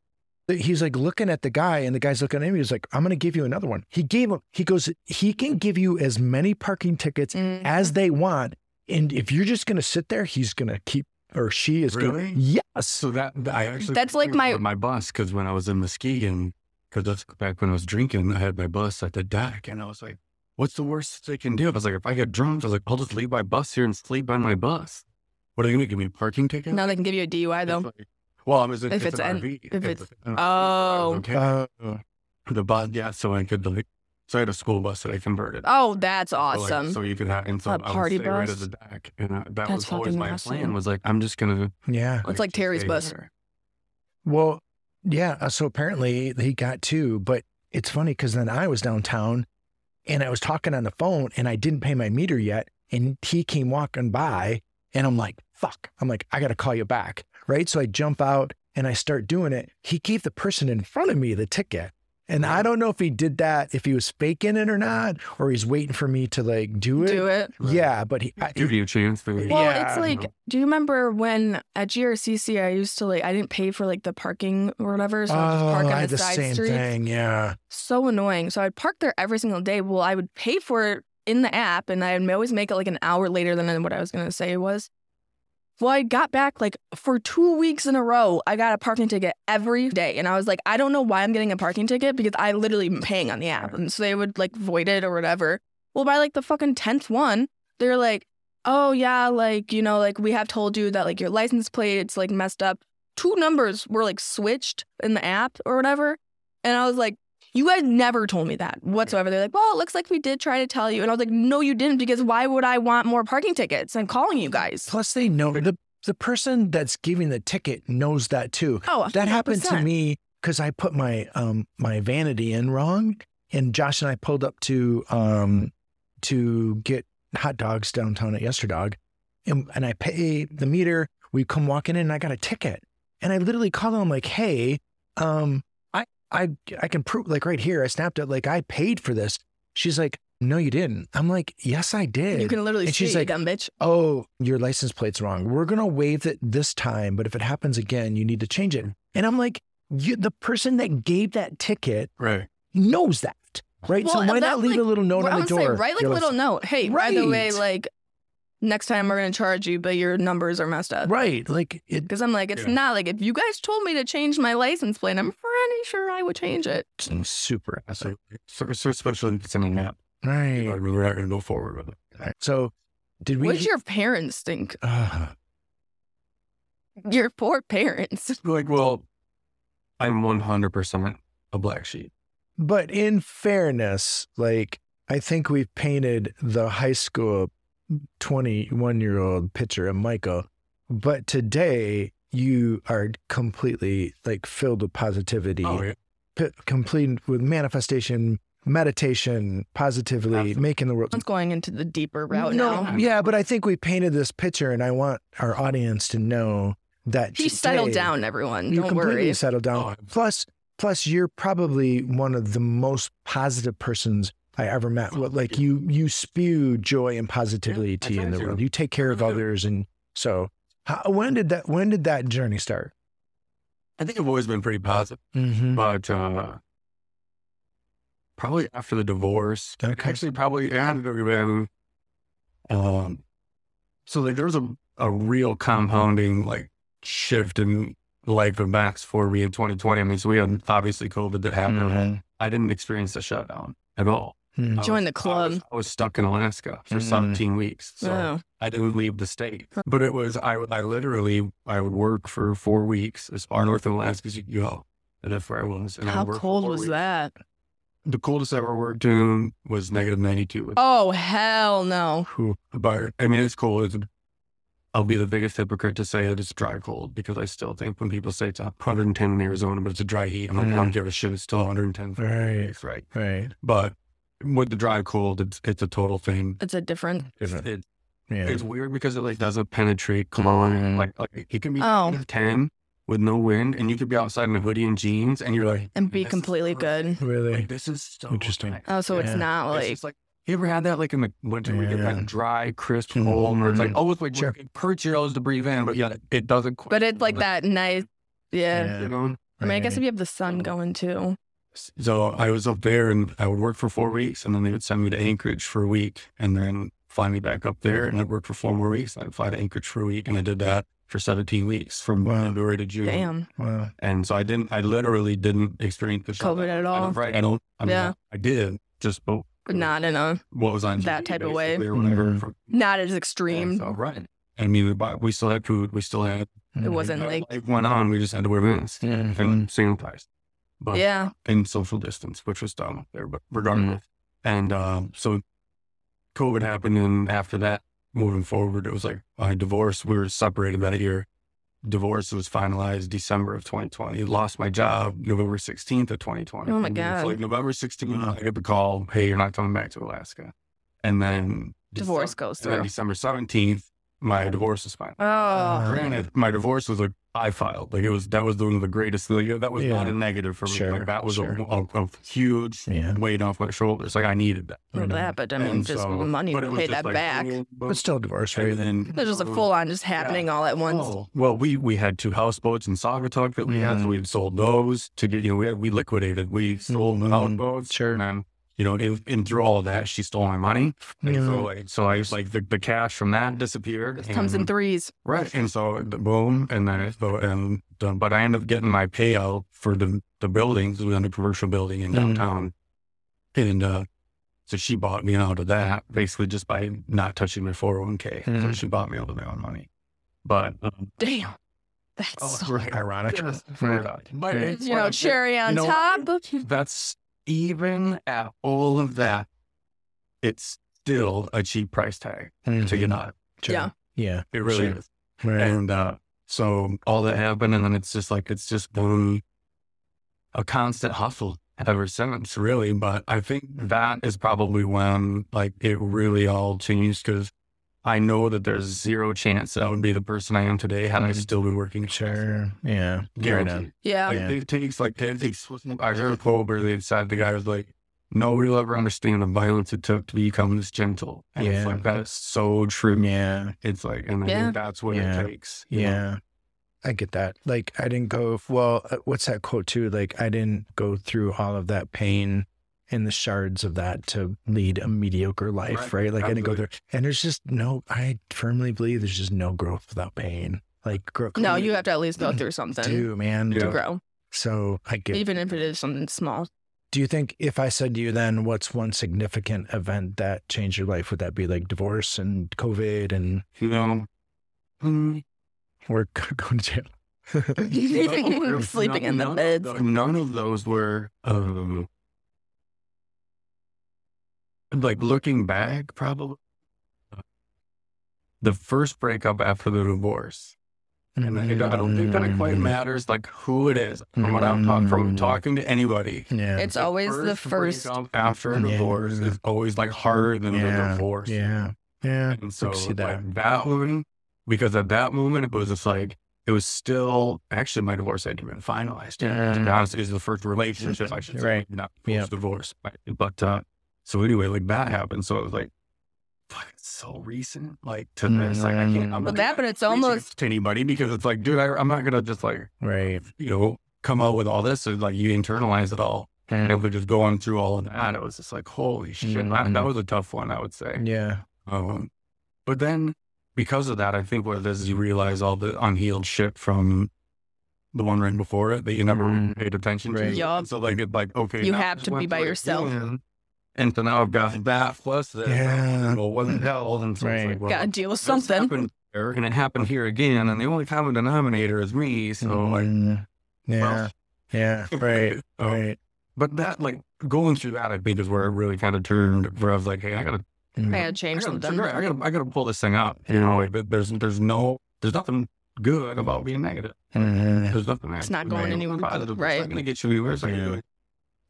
[SPEAKER 2] he's like looking at the guy and the guy's looking at him he's like i'm going to give you another one he gave him he goes he can give you as many parking tickets
[SPEAKER 1] Mm.
[SPEAKER 2] as they want and if you're just going to sit there he's going to keep or she is
[SPEAKER 3] Really?
[SPEAKER 2] going. Yes.
[SPEAKER 3] So that, that- I actually
[SPEAKER 1] That's like my-
[SPEAKER 3] my bus because when I was in Muskegon, because that's back when I was drinking, I had my bus at the deck, and I was like, "What's the worst they can do?" I was like, "If I get drunk, I was like, I'll just leave my bus here and sleep on my bus. What are they going to give me a parking ticket?"
[SPEAKER 1] Now they can give you a DUI
[SPEAKER 3] It's
[SPEAKER 1] though.
[SPEAKER 3] like- well, I'm it's,
[SPEAKER 1] If
[SPEAKER 3] it's
[SPEAKER 1] it's
[SPEAKER 3] an
[SPEAKER 1] an-
[SPEAKER 3] RV.
[SPEAKER 1] if it's-
[SPEAKER 3] an
[SPEAKER 1] Oh.
[SPEAKER 3] okay.
[SPEAKER 2] Uh,
[SPEAKER 3] the bus, yeah. So I could like, so I had a school bus that I converted.
[SPEAKER 1] Oh, that's
[SPEAKER 3] So, like,
[SPEAKER 1] awesome.
[SPEAKER 3] So you could have, and so
[SPEAKER 1] A
[SPEAKER 3] I would
[SPEAKER 1] party
[SPEAKER 3] stay right at
[SPEAKER 1] bus?
[SPEAKER 3] the deck, and uh, that was
[SPEAKER 1] That's
[SPEAKER 3] always
[SPEAKER 1] fucking
[SPEAKER 3] my
[SPEAKER 1] awesome.
[SPEAKER 3] plan. Was like, I'm just gonna.
[SPEAKER 2] yeah.
[SPEAKER 1] It's like
[SPEAKER 3] just
[SPEAKER 1] Terry's
[SPEAKER 3] stay
[SPEAKER 1] bus.
[SPEAKER 3] here.
[SPEAKER 2] Well, yeah. uh, So apparently he got two, but it's funny because then I was downtown and I was talking on the phone and I didn't pay my meter yet. And he came walking by and I'm like, fuck. I'm like, I got to call you back. Right. So I jump out and I start doing it. He gave the person in front of me the ticket. And I don't know if he did that, if he was faking it or not, or he's waiting for me to like do it.
[SPEAKER 1] Do it.
[SPEAKER 3] Right.
[SPEAKER 2] Yeah. But he, I,
[SPEAKER 3] give you a chance. For
[SPEAKER 2] Yeah.
[SPEAKER 1] Well,
[SPEAKER 2] I
[SPEAKER 1] it's
[SPEAKER 2] don't
[SPEAKER 1] like,
[SPEAKER 3] know.
[SPEAKER 1] do you remember when at GRCC I used to like I didn't pay for like the parking or whatever, so I'd just park
[SPEAKER 2] oh, I
[SPEAKER 1] on
[SPEAKER 2] had
[SPEAKER 1] the
[SPEAKER 2] the
[SPEAKER 1] side
[SPEAKER 2] same
[SPEAKER 1] street.
[SPEAKER 2] thing. Yeah.
[SPEAKER 1] So annoying. So I'd park there every single day. Well, I would pay for it in the app, and I'd always make it like an hour later than what I was gonna say it was. Well, I got back like for two weeks in a row. I got a parking ticket every day, and I was like, I don't know why I'm getting a parking ticket because I literally am paying on the app, and so they would like void it or whatever. Well, by like the fucking tenth one, they're like, oh yeah, like you know, like we have told you that like your license plate's like messed up. Two numbers were like switched in the app or whatever, and I was like, you guys never told me that whatsoever. They're like, well, it looks like we did try to tell you, and I was like, no, you didn't, because why would I want more parking tickets? I'm calling you guys.
[SPEAKER 2] Plus, they know the the person that's giving the ticket knows that too.
[SPEAKER 1] Oh,
[SPEAKER 2] That happened to
[SPEAKER 1] 100%.
[SPEAKER 2] me because I put my um my vanity in wrong, and Josh and I pulled up to um to get hot dogs downtown at Yesterdog, and and I pay the meter. We come walking in, and I got a ticket, and I literally called him like, "Hey, um, I I I can prove like right here. I snapped it. Like I paid for this." She's like, "No, you didn't." I'm like, "Yes, I did."
[SPEAKER 1] You can literally
[SPEAKER 2] And
[SPEAKER 1] see
[SPEAKER 2] she's
[SPEAKER 1] it, you
[SPEAKER 2] like,
[SPEAKER 1] dumb bitch.
[SPEAKER 2] oh, your license plate's wrong. We're going to waive it this time, but if it happens again, you need to change it. And I'm like, you, the person that gave that ticket
[SPEAKER 3] Right.
[SPEAKER 2] knows that, right?
[SPEAKER 1] Well,
[SPEAKER 2] so why
[SPEAKER 1] and
[SPEAKER 2] not
[SPEAKER 1] that's
[SPEAKER 2] leave a
[SPEAKER 1] like-
[SPEAKER 2] little note
[SPEAKER 1] Well,
[SPEAKER 2] on
[SPEAKER 1] I'm
[SPEAKER 2] the
[SPEAKER 1] gonna say,
[SPEAKER 2] door?
[SPEAKER 1] write like a
[SPEAKER 2] Your
[SPEAKER 1] little note. Hey, by the way,
[SPEAKER 2] Right.
[SPEAKER 1] like next time we're gonna charge you, but your numbers are messed up.
[SPEAKER 2] license- Right. Like it,
[SPEAKER 1] Because I'm like, it's
[SPEAKER 3] Yeah.
[SPEAKER 1] not like if you guys told me to change my license plate, I'm pretty sure I would change it.
[SPEAKER 2] it's super.
[SPEAKER 3] So, so, so especially if it's in an app, you know,
[SPEAKER 2] Right.
[SPEAKER 3] I mean, we're not going to go forward with it.
[SPEAKER 2] So did we?
[SPEAKER 1] What would your parents think?
[SPEAKER 2] uh,
[SPEAKER 1] Your poor parents.
[SPEAKER 3] We're like, well, I'm 100% a black sheep.
[SPEAKER 2] But in fairness, like I think we've painted the high school 21 year old picture of Michael, but today you are completely like filled with positivity,
[SPEAKER 3] Oh, yeah.
[SPEAKER 2] p- complete with manifestation, meditation, positively
[SPEAKER 3] Absolutely. Oh,
[SPEAKER 2] making the world.
[SPEAKER 1] It's going into the deeper route
[SPEAKER 2] no,
[SPEAKER 1] now.
[SPEAKER 2] yeah, but I think we painted this picture, and I want our audience to know that
[SPEAKER 1] He settled
[SPEAKER 2] today-
[SPEAKER 1] down, everyone.
[SPEAKER 2] you
[SPEAKER 1] Don't
[SPEAKER 2] completely
[SPEAKER 1] worry.
[SPEAKER 2] settled
[SPEAKER 3] Oh,
[SPEAKER 2] down.
[SPEAKER 3] I'm-
[SPEAKER 2] Plus, plus, you're probably one of the most positive persons I ever met. What like you you spew joy and positivity
[SPEAKER 3] Oh, Yeah, I
[SPEAKER 2] in the
[SPEAKER 3] try
[SPEAKER 2] world.
[SPEAKER 3] to.
[SPEAKER 2] You take care of
[SPEAKER 3] I do.
[SPEAKER 2] others, and so how, when did that when did that journey start?
[SPEAKER 3] I think I've always been pretty positive,
[SPEAKER 2] Mm-hmm.
[SPEAKER 3] but uh, probably after the divorce,
[SPEAKER 2] Okay.
[SPEAKER 3] actually, probably after been, um, so like there was a, a real compounding like shift in life and Max for me in 2020. I mean, so we had obviously COVID that
[SPEAKER 1] Mm-hmm.
[SPEAKER 3] happened. I didn't experience the shutdown at all. I
[SPEAKER 2] Mhm.
[SPEAKER 3] was-
[SPEAKER 1] Join the
[SPEAKER 3] I was- I
[SPEAKER 1] club.
[SPEAKER 3] was, stuck in Alaska for
[SPEAKER 2] Mm.
[SPEAKER 3] 17 weeks. So
[SPEAKER 1] Oh.
[SPEAKER 3] I didn't leave the state. But it was, I, would- I literally, I would work for four weeks as far north of Alaska as you could go. And that's where I was. And I
[SPEAKER 1] How
[SPEAKER 3] worked for
[SPEAKER 1] cold
[SPEAKER 3] four
[SPEAKER 1] was
[SPEAKER 3] weeks.
[SPEAKER 1] that?
[SPEAKER 3] The coldest I ever worked in was negative 92.
[SPEAKER 1] Oh, hell no.
[SPEAKER 3] Whew. But I mean, it's cool. It's, I'll be the biggest hypocrite to say that it's dry cold because I still think when people say it's 110 in Arizona, but it's a dry heat, I'm like, I don't give a shit. It's still 110
[SPEAKER 2] Right,
[SPEAKER 3] degrees, right?
[SPEAKER 2] right,
[SPEAKER 3] But with the dry cold, it's, it's a total thing.
[SPEAKER 1] It's a different.
[SPEAKER 3] It's,
[SPEAKER 2] Different.
[SPEAKER 3] it-
[SPEAKER 2] yeah.
[SPEAKER 3] it's weird because it like doesn't penetrate cologne. Like, like it can be
[SPEAKER 1] Oh.
[SPEAKER 3] negative ten with no wind, and you could be outside in a hoodie and jeans, and you're like,
[SPEAKER 1] And be
[SPEAKER 3] this is
[SPEAKER 1] completely
[SPEAKER 3] perfect.
[SPEAKER 1] good.
[SPEAKER 2] Really,
[SPEAKER 3] Like, this is so
[SPEAKER 2] Interesting.
[SPEAKER 3] nice.
[SPEAKER 1] Oh, so
[SPEAKER 2] Yeah.
[SPEAKER 1] it's not
[SPEAKER 3] It's
[SPEAKER 1] like
[SPEAKER 3] just like you ever had that like in the winter we get
[SPEAKER 2] Yeah.
[SPEAKER 3] that dry, crisp
[SPEAKER 2] Mhm.
[SPEAKER 3] cold, where it's like
[SPEAKER 2] Mhm.
[SPEAKER 3] oh, it's like
[SPEAKER 2] Sure.
[SPEAKER 3] sure. it hurts your nose to breathe in, but yeah, it doesn't. Quite,
[SPEAKER 1] but it's like that nice yeah.
[SPEAKER 2] Yeah.
[SPEAKER 3] You know?
[SPEAKER 1] I mean I guess if
[SPEAKER 2] right.
[SPEAKER 1] you have the sun going too.
[SPEAKER 3] So I was up there and I would work for four weeks, and then they would send me to Anchorage for a week, and then fly me back up there, and I'd work for four more weeks. and I'd fly to Anchorage for a week, and I did that. for 17 weeks from
[SPEAKER 2] Wow.
[SPEAKER 3] February to June.
[SPEAKER 1] Damn.
[SPEAKER 2] Wow.
[SPEAKER 3] And so I didn't, I literally didn't experience the
[SPEAKER 1] COVID
[SPEAKER 3] shutdown.
[SPEAKER 1] at
[SPEAKER 3] I
[SPEAKER 1] all.
[SPEAKER 3] don't, right. I don't, I mean,
[SPEAKER 1] Yeah.
[SPEAKER 3] I did just, but
[SPEAKER 1] But not in a,
[SPEAKER 3] what was on
[SPEAKER 1] That
[SPEAKER 3] TV,
[SPEAKER 1] type of way.
[SPEAKER 3] basically, Or whatever.
[SPEAKER 2] Mhm.
[SPEAKER 3] From,
[SPEAKER 1] not as
[SPEAKER 3] and
[SPEAKER 1] extreme.
[SPEAKER 3] so, right. I mean, we, bought, we still had food. We still had,
[SPEAKER 1] It wasn't like,
[SPEAKER 3] life went on. We just had to wear masks
[SPEAKER 2] Mm-hmm.
[SPEAKER 3] and sanitize. But
[SPEAKER 1] yeah.
[SPEAKER 3] and social distance, which was down there, but
[SPEAKER 1] Mm-hmm.
[SPEAKER 3] regardless. And um, so COVID happened. And after that, moving forward, it was like I divorced. We were separated that year. Divorce was finalized December of 2020. Lost my job November 16th of 2020.
[SPEAKER 1] Oh my
[SPEAKER 3] And it's
[SPEAKER 1] God.
[SPEAKER 3] like November 16th, I get the call, hey, you're not coming back to Alaska. And then
[SPEAKER 1] Divorce
[SPEAKER 3] Decem-
[SPEAKER 1] goes
[SPEAKER 3] and then
[SPEAKER 1] through.
[SPEAKER 3] December 17th, my divorce is finalized.
[SPEAKER 1] Oh,
[SPEAKER 3] Granted, my divorce was a I filed. Like it was that was one of the greatest. Like, that was not
[SPEAKER 2] Yeah.
[SPEAKER 3] a negative for me.
[SPEAKER 2] Sure,
[SPEAKER 3] Like that was a-
[SPEAKER 2] sure.
[SPEAKER 3] a, a huge
[SPEAKER 2] Yeah.
[SPEAKER 3] weight off my shoulders. Like I needed that.
[SPEAKER 1] for that, but I mean,
[SPEAKER 3] And
[SPEAKER 1] just
[SPEAKER 3] so-
[SPEAKER 1] money
[SPEAKER 3] but
[SPEAKER 1] to
[SPEAKER 3] it was
[SPEAKER 1] pay
[SPEAKER 3] just
[SPEAKER 1] that
[SPEAKER 3] like, oh,
[SPEAKER 1] back.
[SPEAKER 3] boom, boom,
[SPEAKER 2] But still divorce,
[SPEAKER 3] and
[SPEAKER 2] right?
[SPEAKER 3] then
[SPEAKER 1] There's just a full on just happening all at once.
[SPEAKER 3] Oh, well, we we had two houseboats in Saugatuck that we had. So
[SPEAKER 2] Mhm.
[SPEAKER 3] we had sold those to get you know we had, we liquidated. We sold
[SPEAKER 2] Mhm.
[SPEAKER 3] houseboats.
[SPEAKER 2] Sure.
[SPEAKER 3] And then, you know, and, and through all of that, she stole my money. And
[SPEAKER 2] Yeah.
[SPEAKER 3] so, like, so I was like, the, the cash from that disappeared.
[SPEAKER 1] This comes in
[SPEAKER 3] and-
[SPEAKER 1] threes.
[SPEAKER 3] Right. And so the boom, and then it- so and done. But I ended up getting my payout for the the buildings. We owned a commercial building in
[SPEAKER 2] Mhm.
[SPEAKER 3] downtown, and uh, so she bought me out of that basically just by not touching my four hundred one k. So
[SPEAKER 2] Mhm.
[SPEAKER 3] she bought me out of my own money. But um,
[SPEAKER 1] Damn. Oh, That's
[SPEAKER 3] Oh,
[SPEAKER 1] so,
[SPEAKER 3] right.
[SPEAKER 2] Ironic.
[SPEAKER 3] But it's
[SPEAKER 1] you know,
[SPEAKER 3] what I-
[SPEAKER 1] cherry on
[SPEAKER 3] you know,
[SPEAKER 1] top.
[SPEAKER 3] That's even at all of that, it's still a cheap price tag to get out.
[SPEAKER 2] Sure.
[SPEAKER 1] Yeah.
[SPEAKER 2] Mm-hmm. Yeah.
[SPEAKER 3] It really
[SPEAKER 2] Sure.
[SPEAKER 3] is.
[SPEAKER 2] Right.
[SPEAKER 3] And uh, so all that happened, and then it's just like it's just been a constant hustle ever since, really. But I think that is probably when like it really all changed because I know that there's zero chance that I would be the person I am today had I
[SPEAKER 2] Mhm.
[SPEAKER 3] still been working.
[SPEAKER 2] Sure. Yeah.
[SPEAKER 3] guaranteed.
[SPEAKER 1] Yeah.
[SPEAKER 3] Like
[SPEAKER 2] Yeah.
[SPEAKER 3] it takes like it takes. I heard a quote where they said the guy was like, "Nobody will ever understand the violence it took to become this gentle." And it's
[SPEAKER 2] Yeah.
[SPEAKER 3] like that is so true.
[SPEAKER 2] Yeah.
[SPEAKER 3] It's like, and I
[SPEAKER 1] Yeah.
[SPEAKER 3] think that's what
[SPEAKER 2] Yeah.
[SPEAKER 3] it takes. you know?
[SPEAKER 2] Yeah. I get that. Like, I didn't go, well, uh, what's that quote too? Like, I didn't go through all of that pain and the shards of that to lead a mediocre life,
[SPEAKER 3] Right.
[SPEAKER 2] right? Like, I didn't go there. And there's just no, I firmly believe there's just no growth without pain. Like, grow,
[SPEAKER 1] No, you have to at least go through something
[SPEAKER 2] do, man.
[SPEAKER 1] to
[SPEAKER 3] Yeah.
[SPEAKER 1] grow,
[SPEAKER 2] So I get
[SPEAKER 1] even if it is something small.
[SPEAKER 2] Do you think if I said to you then, what's one significant event that changed your life? Would that be like divorce and COVID and
[SPEAKER 3] you know, Hmm.
[SPEAKER 2] work going to jail?
[SPEAKER 1] Sleeping in the
[SPEAKER 3] none,
[SPEAKER 1] beds.
[SPEAKER 3] Of, tho- none of those were um, like looking back, probably the first breakup after the divorce. And I don't- I don't think
[SPEAKER 2] Mm-hmm.
[SPEAKER 3] that it quite
[SPEAKER 1] Mm-hmm.
[SPEAKER 3] matters like who it is. From what I'm talking from
[SPEAKER 2] Mm.
[SPEAKER 3] talking to anybody.
[SPEAKER 2] Yeah.
[SPEAKER 1] It's always the first.
[SPEAKER 3] breakup after a
[SPEAKER 2] Yeah.
[SPEAKER 3] divorce is always like harder than the
[SPEAKER 2] Yeah.
[SPEAKER 3] divorce.
[SPEAKER 2] Yeah. Yeah.
[SPEAKER 3] And so
[SPEAKER 2] see
[SPEAKER 3] like,
[SPEAKER 2] that.
[SPEAKER 3] that one, because at that moment, it was just like, it was still, actually, my divorce hadn't been finalized. To be
[SPEAKER 2] Yeah.
[SPEAKER 3] honest, it was the first relationship, I should say.
[SPEAKER 2] Mm. Right.
[SPEAKER 3] Not
[SPEAKER 2] Yeah.
[SPEAKER 3] post divorce. But, but, uh, so anyway, like that happened. So it was like, fuck, it's so recent. Like to this, like I can't,
[SPEAKER 2] Mm.
[SPEAKER 3] I'm
[SPEAKER 1] But
[SPEAKER 3] not
[SPEAKER 1] that, but it's
[SPEAKER 3] reaching
[SPEAKER 1] almost,
[SPEAKER 3] to anybody because it's like, dude, I, I'm not going to just like,
[SPEAKER 2] Right.
[SPEAKER 3] you know, come out with all this. And like you internalize it all. And
[SPEAKER 2] Mm.
[SPEAKER 3] it was just going through all of that. It was just like, holy shit. That, that
[SPEAKER 2] Mhm.
[SPEAKER 3] was a tough one, I would say.
[SPEAKER 2] Yeah.
[SPEAKER 3] Um, but then because of that, I think what it is, you realize all the unhealed shit from the one right before it that you never
[SPEAKER 2] Mm.
[SPEAKER 3] paid attention to.
[SPEAKER 2] Right.
[SPEAKER 1] Yup.
[SPEAKER 3] So like, it's like, okay,
[SPEAKER 1] You
[SPEAKER 3] now
[SPEAKER 1] have
[SPEAKER 3] this
[SPEAKER 1] to be
[SPEAKER 3] went
[SPEAKER 1] by
[SPEAKER 3] through it
[SPEAKER 1] yourself.
[SPEAKER 3] again. And so now I've got that plus this.
[SPEAKER 2] Yeah.
[SPEAKER 3] Well, what the hell? And so it's
[SPEAKER 2] Right.
[SPEAKER 3] like, well,
[SPEAKER 1] gotta deal with
[SPEAKER 3] this
[SPEAKER 1] something.
[SPEAKER 3] happened there, and it happened here again. And the only common denominator is me. So like,
[SPEAKER 2] Mm. yeah. Yeah. Right.
[SPEAKER 3] Um,
[SPEAKER 2] Right.
[SPEAKER 3] but that like going through that, I think is where it really kind of turned where I was like, hey, I gotta
[SPEAKER 1] I
[SPEAKER 2] Mm.
[SPEAKER 1] had to
[SPEAKER 3] I
[SPEAKER 1] change
[SPEAKER 3] gotta,
[SPEAKER 1] something.
[SPEAKER 3] figure out- I gotta, I gotta pull this thing up. You know, like, there- there's, there's no, there's nothing good about being negative.
[SPEAKER 2] Mhm.
[SPEAKER 3] There's nothing.
[SPEAKER 1] Mm. It's not
[SPEAKER 3] actually
[SPEAKER 1] going
[SPEAKER 3] negative.
[SPEAKER 1] anywhere.
[SPEAKER 3] Positive. It's
[SPEAKER 1] Right.
[SPEAKER 3] not gonna get you anywhere. It's not gonna
[SPEAKER 2] Yeah.
[SPEAKER 3] do it.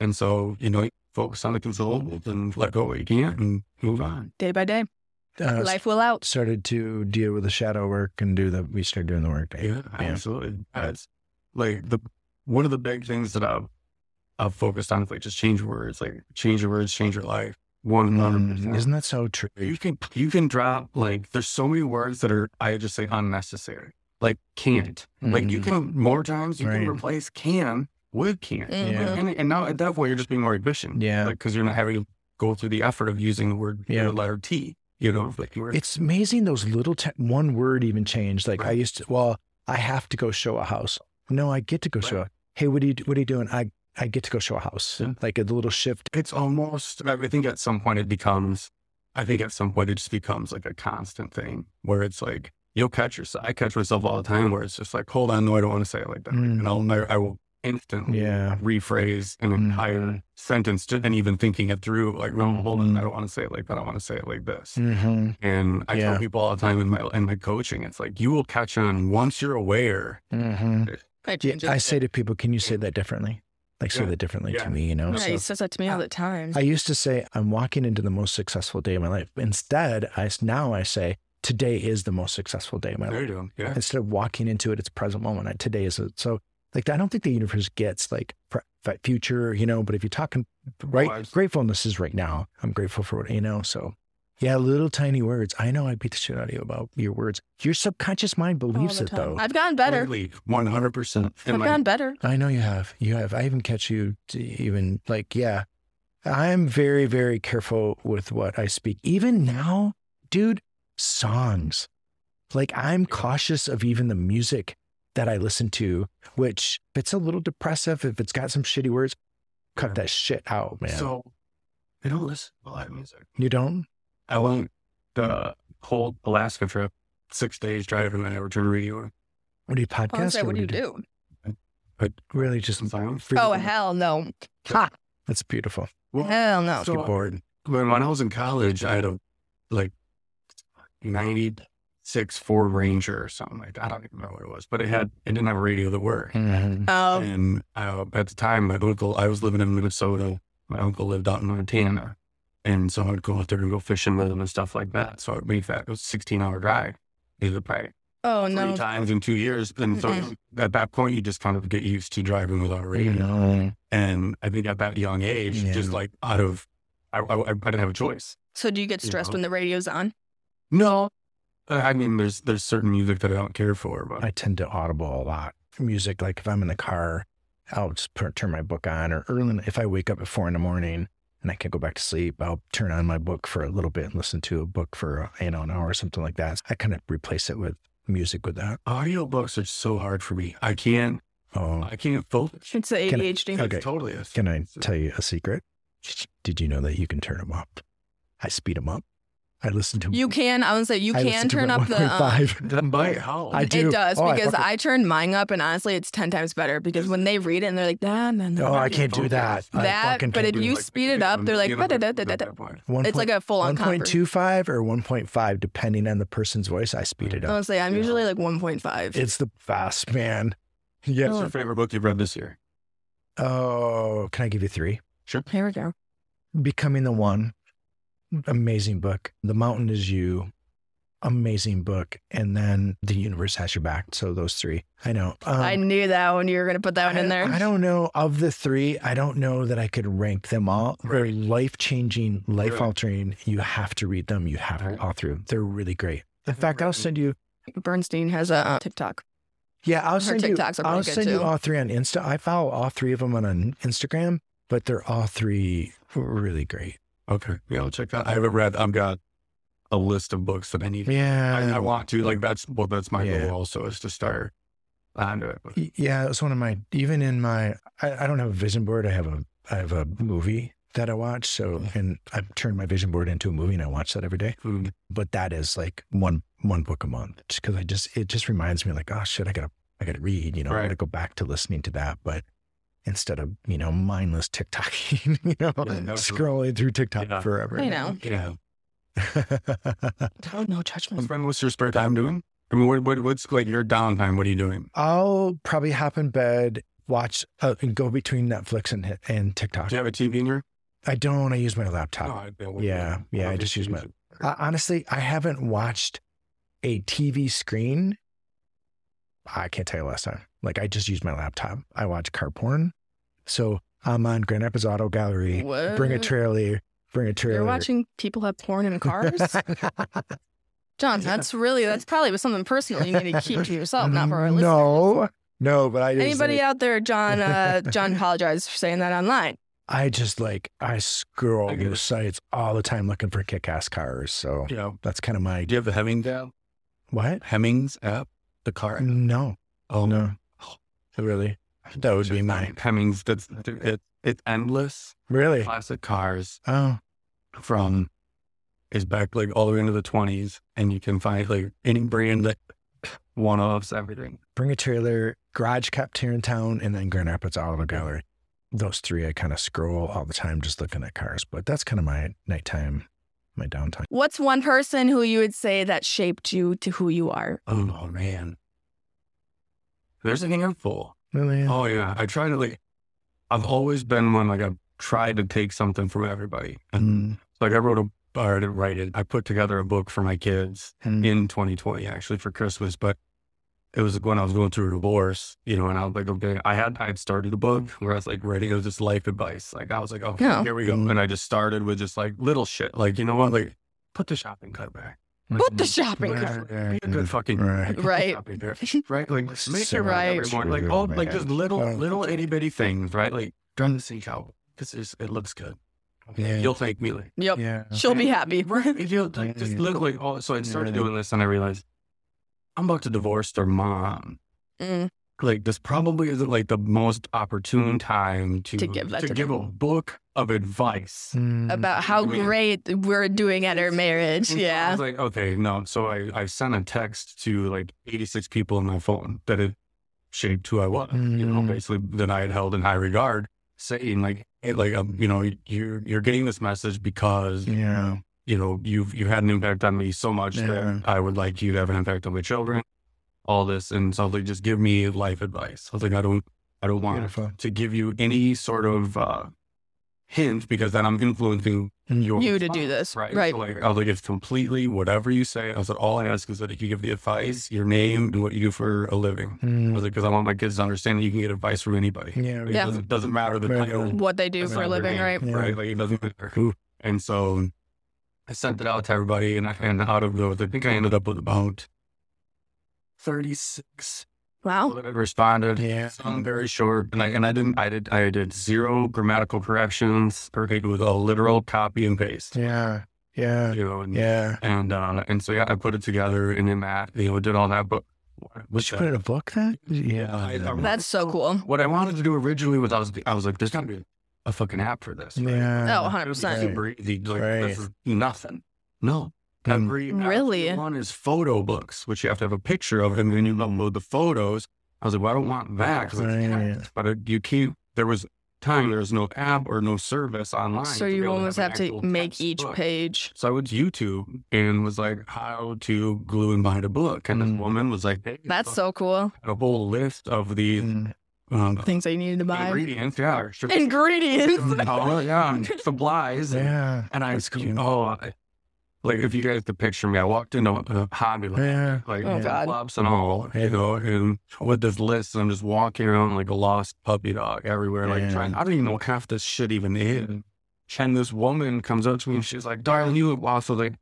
[SPEAKER 3] And so, you know, focus on the controllables and let go what you can and move on.
[SPEAKER 1] Day by day,
[SPEAKER 2] Uh,
[SPEAKER 1] life will out.
[SPEAKER 2] Started to deal with the shadow work and do the, we started doing the work. day.
[SPEAKER 3] Yeah, absolutely. That's like the one of the big things that I've I've focused on is like just change words, like change your words, change your life. One hundred
[SPEAKER 1] Mm-hmm.
[SPEAKER 2] Mm.
[SPEAKER 3] percent.
[SPEAKER 2] Isn't that so true?
[SPEAKER 3] You can you can drop like there's so many words that are I just say unnecessary. Like can't. Like you
[SPEAKER 2] Mhm.
[SPEAKER 3] can more times you
[SPEAKER 2] Right. Mm.
[SPEAKER 3] can replace can with can't.
[SPEAKER 1] Mhm.
[SPEAKER 3] And, and now at that point you're just being more efficient.
[SPEAKER 2] Yeah.
[SPEAKER 3] Like because you're not having to go through the effort of using the word
[SPEAKER 2] Yeah.
[SPEAKER 3] the letter T. You know, like we're,
[SPEAKER 2] It's amazing those little te- one word even changed. Like I
[SPEAKER 3] Right.
[SPEAKER 2] used to, well, I have to go show a house. No, I get to go show. A, hey, what are you what are you doing? I I get to go show a house.
[SPEAKER 3] Yeah.
[SPEAKER 2] Like a little shift.
[SPEAKER 3] it's almost, I think at some point it becomes, I think at some point it just becomes like a constant thing where it's like, you'll catch yourself. I catch myself all the time where it's just like, hold on, no, I don't want to say it like that.
[SPEAKER 2] Mm.
[SPEAKER 3] And I'll, ne- I will instantly
[SPEAKER 2] Yeah.
[SPEAKER 3] rephrase an
[SPEAKER 2] Mm.
[SPEAKER 3] entire sentence to, and even thinking it through, like, no, hold on,
[SPEAKER 2] Mm.
[SPEAKER 3] I don't want to say it like that. I want to say it like this.
[SPEAKER 2] Mm-hmm.
[SPEAKER 3] And I
[SPEAKER 2] Yeah.
[SPEAKER 3] tell people all the time in my, in my coaching, it's like, you will catch on once you're aware.
[SPEAKER 2] Mm-hmm.
[SPEAKER 1] I,
[SPEAKER 2] Yeah,
[SPEAKER 1] change it.
[SPEAKER 2] I say to people, can you say that differently? Like say
[SPEAKER 3] Yeah.
[SPEAKER 2] that differently
[SPEAKER 3] Yeah.
[SPEAKER 2] to me, you know?
[SPEAKER 1] Yeah,
[SPEAKER 2] So-
[SPEAKER 1] he says that to me all the time.
[SPEAKER 2] I used to say, I'm walking into the most successful day of my life. Instead, I s- now I say, today is the most successful day of my
[SPEAKER 3] There you
[SPEAKER 2] life.
[SPEAKER 3] go. Yeah.
[SPEAKER 2] Instead of walking into it, it's present moment. I, today is it. So, like, I don't think the universe gets like pre- fe- future, you know. But if you're talking right,
[SPEAKER 3] I-
[SPEAKER 2] gratefulness is right now. I'm grateful for what you know. So, yeah, little tiny words. I know I beat the shit out of you about your words. Your subconscious mind
[SPEAKER 1] all
[SPEAKER 2] believes
[SPEAKER 1] the
[SPEAKER 2] it
[SPEAKER 1] time.
[SPEAKER 2] though.
[SPEAKER 1] I've gotten better.
[SPEAKER 3] Totally, 100%.
[SPEAKER 1] I've
[SPEAKER 3] And like,
[SPEAKER 1] gotten better.
[SPEAKER 2] I know you have. You have. I even catch you to even like, yeah. I'm very, very careful with what I speak. Even now, dude, songs. Like I'm cautious of even the music that I listen to, which if it's a little depressive, if it's got some shitty words, cut
[SPEAKER 3] Yeah.
[SPEAKER 2] that shit out, man.
[SPEAKER 3] so I don't listen to a lot of music.
[SPEAKER 2] you don't?
[SPEAKER 3] I went the whole Alaska trip, six days driving, and I never turned the radio on.
[SPEAKER 2] What do you
[SPEAKER 1] I was
[SPEAKER 2] podcast?
[SPEAKER 1] like,
[SPEAKER 2] or
[SPEAKER 1] what do you do?
[SPEAKER 2] Really just
[SPEAKER 3] Sometimes.
[SPEAKER 2] free-
[SPEAKER 1] Oh, hell no. Ha,
[SPEAKER 2] That's beautiful.
[SPEAKER 3] Well,
[SPEAKER 1] hell no.
[SPEAKER 3] So-
[SPEAKER 2] Get bored.
[SPEAKER 3] when, when I was in college, I had a like 96 Ford Ranger or something like that. I don't even know what it was, but it had, it didn't have a radio that worked.
[SPEAKER 2] Mhm.
[SPEAKER 1] Um,
[SPEAKER 3] And uh, at the time, my uncle, I was living in Minnesota. My uncle lived out in Montana. And so I'd go out there and go fishing with him and stuff like that. So I'd make that, it was a 16 hour drive. Either by
[SPEAKER 1] oh,
[SPEAKER 3] three
[SPEAKER 1] no.
[SPEAKER 3] times in two years. And so
[SPEAKER 1] Mm-mm.
[SPEAKER 3] at that point, you just kind of get used to driving without a radio. And I think at that young age,
[SPEAKER 2] Yeah.
[SPEAKER 3] just like out of, I, I, I didn't have a choice.
[SPEAKER 1] So do you get
[SPEAKER 3] You
[SPEAKER 1] stressed
[SPEAKER 3] know.
[SPEAKER 1] when the radio's on?
[SPEAKER 3] No. Uh, I mean, there's there's certain music that I don't care for, but
[SPEAKER 2] I tend to audible a lot. Music, like if I'm in the car, I'll just put, turn my book on, or early in- if I wake up at four in the morning and I can't go back to sleep, I'll turn on my book for a little bit and listen to a book for uh, you know an hour or something like that. I kind of replace it with music with that.
[SPEAKER 3] audiobooks are so hard for me. I can't
[SPEAKER 2] Oh,
[SPEAKER 3] I can't focus.
[SPEAKER 1] It's the
[SPEAKER 2] Can I-
[SPEAKER 1] ADHD.
[SPEAKER 2] Okay.
[SPEAKER 3] It totally is.
[SPEAKER 2] can I tell you a secret? Did you know that you can turn them up? I speed them up. I listen to
[SPEAKER 1] You can, I would say you
[SPEAKER 2] I
[SPEAKER 1] can
[SPEAKER 2] listen to
[SPEAKER 1] turn
[SPEAKER 2] them
[SPEAKER 1] up
[SPEAKER 2] at
[SPEAKER 1] the. Um,
[SPEAKER 2] 1.5.
[SPEAKER 3] That might how
[SPEAKER 2] I do.
[SPEAKER 1] It does
[SPEAKER 2] Oh, I
[SPEAKER 1] because
[SPEAKER 2] fucking-
[SPEAKER 1] I, turned mine up, and honestly, it's ten times better because when they read it and they're like, nah, nah, nah.
[SPEAKER 2] Oh,
[SPEAKER 1] nah,
[SPEAKER 2] I
[SPEAKER 1] nah."
[SPEAKER 2] can't do that. I
[SPEAKER 1] That,
[SPEAKER 2] fucking
[SPEAKER 1] but
[SPEAKER 2] can't
[SPEAKER 1] if
[SPEAKER 2] do
[SPEAKER 1] you
[SPEAKER 2] that.
[SPEAKER 1] speed it up, they're like,
[SPEAKER 3] you know,
[SPEAKER 1] "Ba-da-da-da-da-da."
[SPEAKER 3] that point.
[SPEAKER 2] One
[SPEAKER 1] It's
[SPEAKER 2] point-
[SPEAKER 1] like a full on conversation.
[SPEAKER 2] 1.25 or 1.5, depending on the person's voice, I speed it up.
[SPEAKER 1] Honestly, I'm
[SPEAKER 3] Yeah.
[SPEAKER 1] usually like one point five.
[SPEAKER 2] It's the fast man.
[SPEAKER 3] What's
[SPEAKER 1] Oh.
[SPEAKER 2] Yeah.
[SPEAKER 3] your favorite book you've read this year?
[SPEAKER 2] Oh, can I give you three?
[SPEAKER 1] Here we go.
[SPEAKER 2] Becoming the One, amazing book. The Mountain is You, amazing book. And then The Universe Has Your Back. So those three. I know. Um,
[SPEAKER 1] I knew that one. You were gonna put that one in there.
[SPEAKER 2] I don't know of the three. I don't know that I could rank them all. They're
[SPEAKER 3] Right.
[SPEAKER 2] life changing, life altering. You have to read them. You have
[SPEAKER 3] Right.
[SPEAKER 2] to all through. They're really great. In fact, I'll send you
[SPEAKER 1] Bernstein has a uh, TikTok.
[SPEAKER 2] Yeah, I'll
[SPEAKER 1] Her
[SPEAKER 2] send you.
[SPEAKER 1] TikToks are really
[SPEAKER 2] I'll
[SPEAKER 1] good
[SPEAKER 2] send you
[SPEAKER 1] too.
[SPEAKER 2] all three on Insta. I follow all three of them on, on Instagram, but they're all three really great.
[SPEAKER 3] Okay, yeah, I'll check that. I haven't read. I've got a list of books that I need.
[SPEAKER 2] Yeah,
[SPEAKER 3] I, I want to like that's well, that's my
[SPEAKER 2] Yeah.
[SPEAKER 3] goal also is to start onto it. But
[SPEAKER 2] yeah. It was one of my even in my. I, I don't have a vision board. I have a I have a movie that I watch. So and I've turned my vision board into a movie, and I watch that every day.
[SPEAKER 3] mm,
[SPEAKER 2] But that is like one one book a month because I just it just reminds me like oh shit I gotta I gotta read you know I
[SPEAKER 3] Right.
[SPEAKER 2] gotta go back to listening to that but. Instead of you know mindless TikToking, you know,
[SPEAKER 3] absolutely.
[SPEAKER 2] scrolling through TikTok
[SPEAKER 3] Yeah.
[SPEAKER 2] forever,
[SPEAKER 1] I know.
[SPEAKER 3] yeah.
[SPEAKER 1] Oh, no judgment.
[SPEAKER 3] Spend what's your spare time doing? I mean, what, what what's like your downtime? What are you doing?
[SPEAKER 2] I'll probably hop in bed, watch, uh, and go between Netflix and and TikTok.
[SPEAKER 3] Do you have a TV in your?
[SPEAKER 2] I don't. I use my
[SPEAKER 3] No,
[SPEAKER 2] laptop.
[SPEAKER 3] I- Uh, I wouldn't.
[SPEAKER 2] yeah, yeah, I just use my-
[SPEAKER 3] it.
[SPEAKER 2] I, Uh, honestly, I haven't watched a TV screen. I can't tell you last time. Like I just use my laptop. I watch car porn. So I'm on Grandpa's Auto Gallery.
[SPEAKER 1] What?
[SPEAKER 2] Bring a trailer. Bring a trailer.
[SPEAKER 1] You're watching people have porn in cars, John.
[SPEAKER 3] Yeah.
[SPEAKER 1] That's really that's probably something personal you need to keep to yourself, not for our listeners.
[SPEAKER 2] No, no, but I just
[SPEAKER 1] Anybody
[SPEAKER 2] like,
[SPEAKER 1] out there, John? Uh, John, apologize for saying that online.
[SPEAKER 2] I just like I scroll
[SPEAKER 3] I get
[SPEAKER 2] those
[SPEAKER 3] it.
[SPEAKER 2] sites all the time looking for kick-ass cars. So
[SPEAKER 3] Yeah.
[SPEAKER 2] that's kind of my
[SPEAKER 3] Do you have the Hemmings app?
[SPEAKER 2] what?
[SPEAKER 3] Hemmings app? The car? app?
[SPEAKER 2] No,
[SPEAKER 3] Oh,
[SPEAKER 2] no,
[SPEAKER 3] really?
[SPEAKER 2] that would be mine.
[SPEAKER 3] Hemmings. That's it, it's endless
[SPEAKER 2] Really?
[SPEAKER 3] classic cars
[SPEAKER 2] Oh,
[SPEAKER 3] from is back like all the way into the twenties, and you can find like any brand that one offs everything.
[SPEAKER 2] bring a trailer, garage kept here in town, and then Grand Rapids Auto Gallery. Those three I kind of scroll all the time, just looking at cars. But that's kind of my nighttime, my downtime.
[SPEAKER 1] What's one person who you would say that shaped you to who you are?
[SPEAKER 3] Oh man, there's a handful.
[SPEAKER 2] Really?
[SPEAKER 3] Oh yeah, I try to like. I've always been one like I've tried to take something from everybody, and
[SPEAKER 2] Mm,
[SPEAKER 3] like I wrote a or I didn't write it. I put together a book for my kids
[SPEAKER 2] mm,
[SPEAKER 3] in 2020 actually for Christmas, but it was when I was going through a divorce, you know, and I was like, okay, I had I had started a
[SPEAKER 2] Mm.
[SPEAKER 3] book where I was like writing it was just life advice. Like I was like, okay,
[SPEAKER 1] Yeah.
[SPEAKER 3] here we go,
[SPEAKER 2] Mhm.
[SPEAKER 3] and I just started with just like little shit, like you know what, like put the shopping cart back,
[SPEAKER 1] Put the shopping
[SPEAKER 3] Right.
[SPEAKER 1] cart.
[SPEAKER 3] Be a good fucking
[SPEAKER 2] Mm. Right.
[SPEAKER 3] put the
[SPEAKER 1] Right.
[SPEAKER 3] shopping cart, right, like make it
[SPEAKER 2] So
[SPEAKER 1] Right.
[SPEAKER 3] every morning, like all like
[SPEAKER 2] man.
[SPEAKER 3] just little
[SPEAKER 2] Well-
[SPEAKER 3] little itty bitty things, right, like turn the sink out because it looks good.
[SPEAKER 2] Yeah.
[SPEAKER 3] You'll thank me later.
[SPEAKER 1] Yep.
[SPEAKER 2] Yeah.
[SPEAKER 1] She'll be happy.
[SPEAKER 3] Right. You know, like, just
[SPEAKER 2] Yeah.
[SPEAKER 3] look like, oh, so I started
[SPEAKER 2] Yeah.
[SPEAKER 3] doing this and I realized I'm about to divorce their mom.
[SPEAKER 1] Mm.
[SPEAKER 3] Like, this probably isn't like the most opportune time to,
[SPEAKER 1] To give that to
[SPEAKER 3] give a
[SPEAKER 1] them.
[SPEAKER 3] book of advice.
[SPEAKER 2] Mm,
[SPEAKER 1] About how
[SPEAKER 3] Mm-hmm. I mean- Mm-hmm.
[SPEAKER 1] great we're doing at our marriage.
[SPEAKER 3] And so I
[SPEAKER 1] Yeah.
[SPEAKER 3] was like, okay, no. So I, I sent a text to like 86 people on my phone that had shaped who I was, you know,
[SPEAKER 2] Mm.
[SPEAKER 3] basically that I had held in high regard, saying like, hey, like, um, you know, you're, you're getting this message because
[SPEAKER 2] yeah.
[SPEAKER 3] you know, you've you had an impact on me so much
[SPEAKER 2] Yeah.
[SPEAKER 3] that I would like you to have an impact on my children. All this and so like, just give me life advice. I was like, I don't, I don't want
[SPEAKER 2] Beautiful.
[SPEAKER 3] to give you any sort of uh, hint because then I'm influencing your
[SPEAKER 1] You to do
[SPEAKER 3] response,
[SPEAKER 1] this.
[SPEAKER 3] right?
[SPEAKER 1] Right.
[SPEAKER 3] So like, I was like, it's completely whatever you say. I was like, all I ask is that you give the advice, your name, and what you do for a living. I
[SPEAKER 2] Mm,
[SPEAKER 3] was like, because I want my kids to understand that you can get advice from anybody.
[SPEAKER 2] yeah.
[SPEAKER 3] Like,
[SPEAKER 1] Yeah.
[SPEAKER 3] It doesn't, doesn't matter the
[SPEAKER 2] Right.
[SPEAKER 3] title
[SPEAKER 1] What they do
[SPEAKER 3] doesn't
[SPEAKER 1] for a
[SPEAKER 3] matter
[SPEAKER 1] living,
[SPEAKER 3] their
[SPEAKER 1] right?
[SPEAKER 3] name,
[SPEAKER 2] right?
[SPEAKER 3] Right, like it doesn't matter who. And so I sent it out to everybody, and I and out of those, I think I ended up with about thirty six
[SPEAKER 1] Wow.
[SPEAKER 3] that responded.
[SPEAKER 2] Oh. Yeah.
[SPEAKER 3] Some very short, and I and I didn't I did I did zero grammatical corrections. Perfect with a literal copy and paste.
[SPEAKER 2] Yeah. Yeah.
[SPEAKER 3] You know, and
[SPEAKER 2] Yeah.
[SPEAKER 3] and uh, and so yeah, I put it together, and then Matt, you know, did all that. But
[SPEAKER 2] Would you put in a book then? Yeah.
[SPEAKER 3] I- I-
[SPEAKER 1] That's so cool.
[SPEAKER 3] what I wanted to do originally was I was I was like, there's got to be a fucking app for this. right?
[SPEAKER 2] yeah.
[SPEAKER 1] Oh,
[SPEAKER 3] It was
[SPEAKER 1] 100%.
[SPEAKER 2] Right.
[SPEAKER 3] super easy. Like,
[SPEAKER 2] Right.
[SPEAKER 3] this is nothing. No.
[SPEAKER 2] Mm.
[SPEAKER 3] Every every
[SPEAKER 1] Really?
[SPEAKER 3] one is photo books, which you have to have a picture of, and then you upload the photos. I was like, well, I don't want that 'cause it's
[SPEAKER 2] Right.
[SPEAKER 3] apps. but it, you keep there was time there was no app or no service online.
[SPEAKER 1] So
[SPEAKER 3] be
[SPEAKER 1] you
[SPEAKER 3] able
[SPEAKER 1] almost
[SPEAKER 3] an
[SPEAKER 1] have to
[SPEAKER 3] actual
[SPEAKER 1] make each
[SPEAKER 3] textbook.
[SPEAKER 1] page.
[SPEAKER 3] So I went to YouTube and was like, how to glue and bind a book, and
[SPEAKER 2] Mm.
[SPEAKER 3] this woman was like, hey,
[SPEAKER 1] That's
[SPEAKER 3] look,
[SPEAKER 1] so cool.
[SPEAKER 3] had a whole list of the
[SPEAKER 2] Mm,
[SPEAKER 3] um,
[SPEAKER 1] Things that you needed to buy.
[SPEAKER 3] ingredients. Yeah, or should-
[SPEAKER 1] Ingredients.
[SPEAKER 3] oh, yeah, supplies. and-
[SPEAKER 2] Yeah.
[SPEAKER 3] and I
[SPEAKER 2] That's cool.
[SPEAKER 3] you- oh, I, like if you guys could picture me, I walked into a Hobby Lobby,
[SPEAKER 2] Yeah.
[SPEAKER 3] like
[SPEAKER 1] Oh, God.
[SPEAKER 3] flops and all, you know, and with this list, I'm just walking around like a lost puppy dog everywhere, like
[SPEAKER 2] Yeah.
[SPEAKER 3] trying. I don't even know what half this shit even is. And this woman comes up to me and she's like, "Darling, you look lost." I was like,
[SPEAKER 1] I'm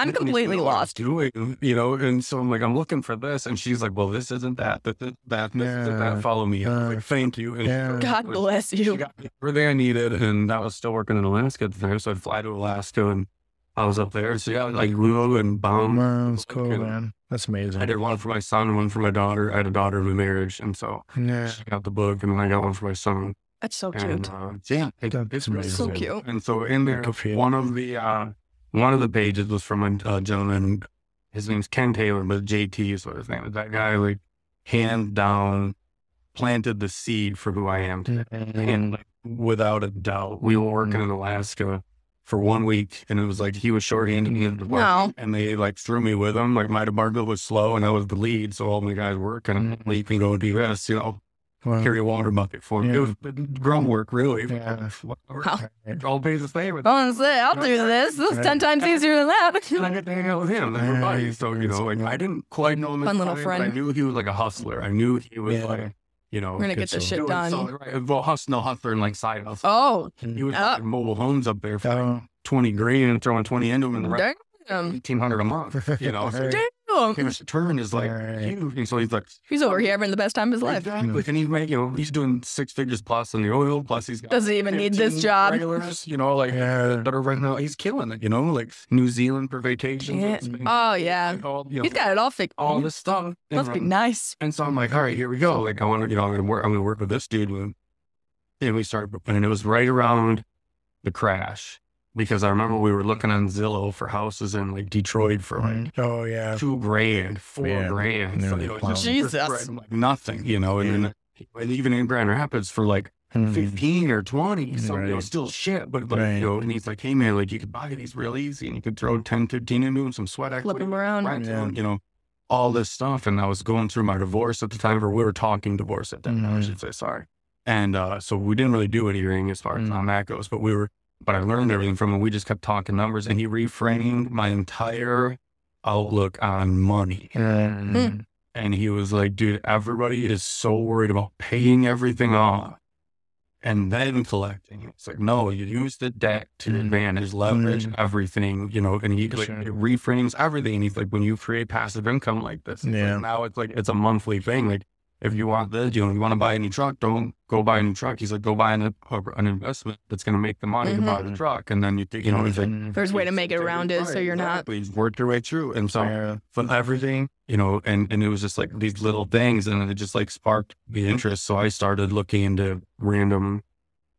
[SPEAKER 3] "I don't even
[SPEAKER 1] completely
[SPEAKER 3] know what I'm
[SPEAKER 1] lost.
[SPEAKER 3] doing you know?" And so I'm like, "I'm looking for this," and she's like, "Well, this isn't that. This isn't that. This isn't
[SPEAKER 2] Yeah.
[SPEAKER 3] that. Follow me." I was like,
[SPEAKER 2] Uh,
[SPEAKER 3] "Thank you." And
[SPEAKER 2] yeah.
[SPEAKER 1] God
[SPEAKER 3] bless.
[SPEAKER 1] bless
[SPEAKER 3] She
[SPEAKER 1] you.
[SPEAKER 3] got me everything I needed, and I was still working in Alaska at the time, so I'd fly to Alaska, and I was up there. So yeah, like glue and bomb.
[SPEAKER 2] Wow, that's
[SPEAKER 3] like,
[SPEAKER 2] cool,
[SPEAKER 3] you know,
[SPEAKER 2] man. That's amazing.
[SPEAKER 3] I did Um, one for my son and one for my daughter. I had a daughter in my marriage, and so
[SPEAKER 2] Yeah.
[SPEAKER 3] she got the book, and then I got one for my son.
[SPEAKER 1] That's so
[SPEAKER 3] And,
[SPEAKER 1] Oh, cute.
[SPEAKER 3] uh, yeah, it-
[SPEAKER 2] That's
[SPEAKER 3] it's really
[SPEAKER 2] amazing.
[SPEAKER 1] So cute.
[SPEAKER 3] And so in there,
[SPEAKER 2] Good for you.
[SPEAKER 3] one of the uh, one of the pages was from a uh, gentleman. His name's Ken Taylor, but JT is what his name is. That guy, like, hand down, planted the seed for who I am today. And like, without a doubt, we were working in Alaska for one week, and it was like he was shorthanded me at the work,
[SPEAKER 1] No.
[SPEAKER 3] and they like threw me with him. Like my department was slow, and I was the lead, so all my guys working, and
[SPEAKER 2] Mm.
[SPEAKER 3] leave me go do this, you know,
[SPEAKER 2] Wow.
[SPEAKER 3] carry a water bucket for me.
[SPEAKER 2] Yeah.
[SPEAKER 3] It was grunt work, really.
[SPEAKER 2] Yeah.
[SPEAKER 1] Wow.
[SPEAKER 3] All pays the same. And
[SPEAKER 1] Oh, that's it. I'll do this. This is
[SPEAKER 2] Right.
[SPEAKER 1] 10 times easier than that.
[SPEAKER 3] I got to hang out with him and
[SPEAKER 2] Yeah,
[SPEAKER 3] everybody.
[SPEAKER 2] he's-
[SPEAKER 3] So, you
[SPEAKER 2] he's
[SPEAKER 3] know, like
[SPEAKER 2] cool.
[SPEAKER 3] I didn't quite know him. at
[SPEAKER 1] Fun
[SPEAKER 3] the
[SPEAKER 1] little
[SPEAKER 3] time, but I
[SPEAKER 1] friend.
[SPEAKER 3] knew he was like a hustler. I knew he was
[SPEAKER 2] Yeah.
[SPEAKER 3] like, you know,
[SPEAKER 1] We're going to get
[SPEAKER 2] Good
[SPEAKER 1] this shit
[SPEAKER 2] soul.
[SPEAKER 3] doing
[SPEAKER 1] done.
[SPEAKER 3] something, right? Well, hustle, no hustler, and like side hustle.
[SPEAKER 1] Oh,
[SPEAKER 3] He was
[SPEAKER 1] Oh.
[SPEAKER 3] fucking mobile homes up there for
[SPEAKER 2] Oh.
[SPEAKER 3] 20 grand and throwing 20 into them and the rest
[SPEAKER 1] damn.
[SPEAKER 3] 1800 a month, you know? So
[SPEAKER 2] Right.
[SPEAKER 1] Oh,
[SPEAKER 3] He was determined is like
[SPEAKER 2] Right.
[SPEAKER 3] huge. And so he's like,
[SPEAKER 1] he's over here having the best time of his life.
[SPEAKER 3] exactly. And he's making, you know, he's doing six figures plus in the oil, plus he's got
[SPEAKER 1] Doesn't even need this
[SPEAKER 3] 15
[SPEAKER 1] job.
[SPEAKER 3] regulars, you know, like
[SPEAKER 2] Yeah.
[SPEAKER 3] that are right now. He's killing it, you know, like New Zealand for vacations.
[SPEAKER 1] Yeah.
[SPEAKER 3] Spain,
[SPEAKER 1] Oh yeah,
[SPEAKER 3] like, all, you know,
[SPEAKER 1] he's got it all figured.
[SPEAKER 3] all this stuff.
[SPEAKER 1] Must Um, be
[SPEAKER 3] And- um,
[SPEAKER 1] nice.
[SPEAKER 3] And so I'm like, all right, here we go. Like I want to, you know, I'm gonna work. I'm gonna work with this dude. And then we started, and it was right around the crash because I remember we were looking on Zillow for houses in like Detroit for
[SPEAKER 1] Mm-hmm.
[SPEAKER 3] like
[SPEAKER 2] Oh yeah.
[SPEAKER 3] two grand, four
[SPEAKER 2] Yeah.
[SPEAKER 3] grand,
[SPEAKER 2] And they're
[SPEAKER 3] so,
[SPEAKER 2] like,
[SPEAKER 3] you know, just
[SPEAKER 1] wow. Jesus.
[SPEAKER 3] spread, like nothing, you know, and then and even in Grand Rapids for like
[SPEAKER 2] Mhm.
[SPEAKER 3] fifteen or twenty, so you know,
[SPEAKER 2] Right.
[SPEAKER 3] still shit, but like
[SPEAKER 2] Right.
[SPEAKER 3] you know, and he's like, hey man, like you could buy these real easy, and you could throw 10, 15 into them, some sweat equity,
[SPEAKER 1] Flip him around.
[SPEAKER 3] rent
[SPEAKER 2] Yeah.
[SPEAKER 3] and, you know, all this stuff. And I was going through my divorce at the time, or we were talking divorce at that time, I
[SPEAKER 2] Mhm.
[SPEAKER 3] should say, sorry. And uh, so we didn't really do any hearing as far as
[SPEAKER 2] Mhm.
[SPEAKER 3] on that goes, but we were, but I learned everything from him. We just kept talking numbers and he reframed my entire outlook on money. Hmm.
[SPEAKER 2] Mm.
[SPEAKER 3] And he was like, dude, everybody is so worried about paying everything off. And then collecting. It's like, no, you use the debt
[SPEAKER 1] Mm-hmm.
[SPEAKER 3] to
[SPEAKER 2] Mhm.
[SPEAKER 3] advantage, leverage
[SPEAKER 2] Mhm.
[SPEAKER 3] everything, you know, and he like,
[SPEAKER 2] Sure.
[SPEAKER 3] it reframes everything. And he's like, when you create passive income like this, it's like,
[SPEAKER 2] Yeah.
[SPEAKER 3] now it's like, it's a monthly thing. Like, if you want this, you know, you want to buy a new truck, don't go buy a new truck. He's like, go buy an, an investment that's going to make the money to buy the
[SPEAKER 2] Mhm.
[SPEAKER 3] truck. And then you, think, you know, he's like,
[SPEAKER 1] Mm-hmm. There's a way to
[SPEAKER 3] it's-
[SPEAKER 1] make it
[SPEAKER 3] it's like,
[SPEAKER 1] around it so
[SPEAKER 3] right,
[SPEAKER 1] you're not.
[SPEAKER 3] exactly. Just work your way through. And so,
[SPEAKER 2] Yeah.
[SPEAKER 3] from everything, you know, and, and it was just like these little things and it just like sparked the interest. So I started looking into random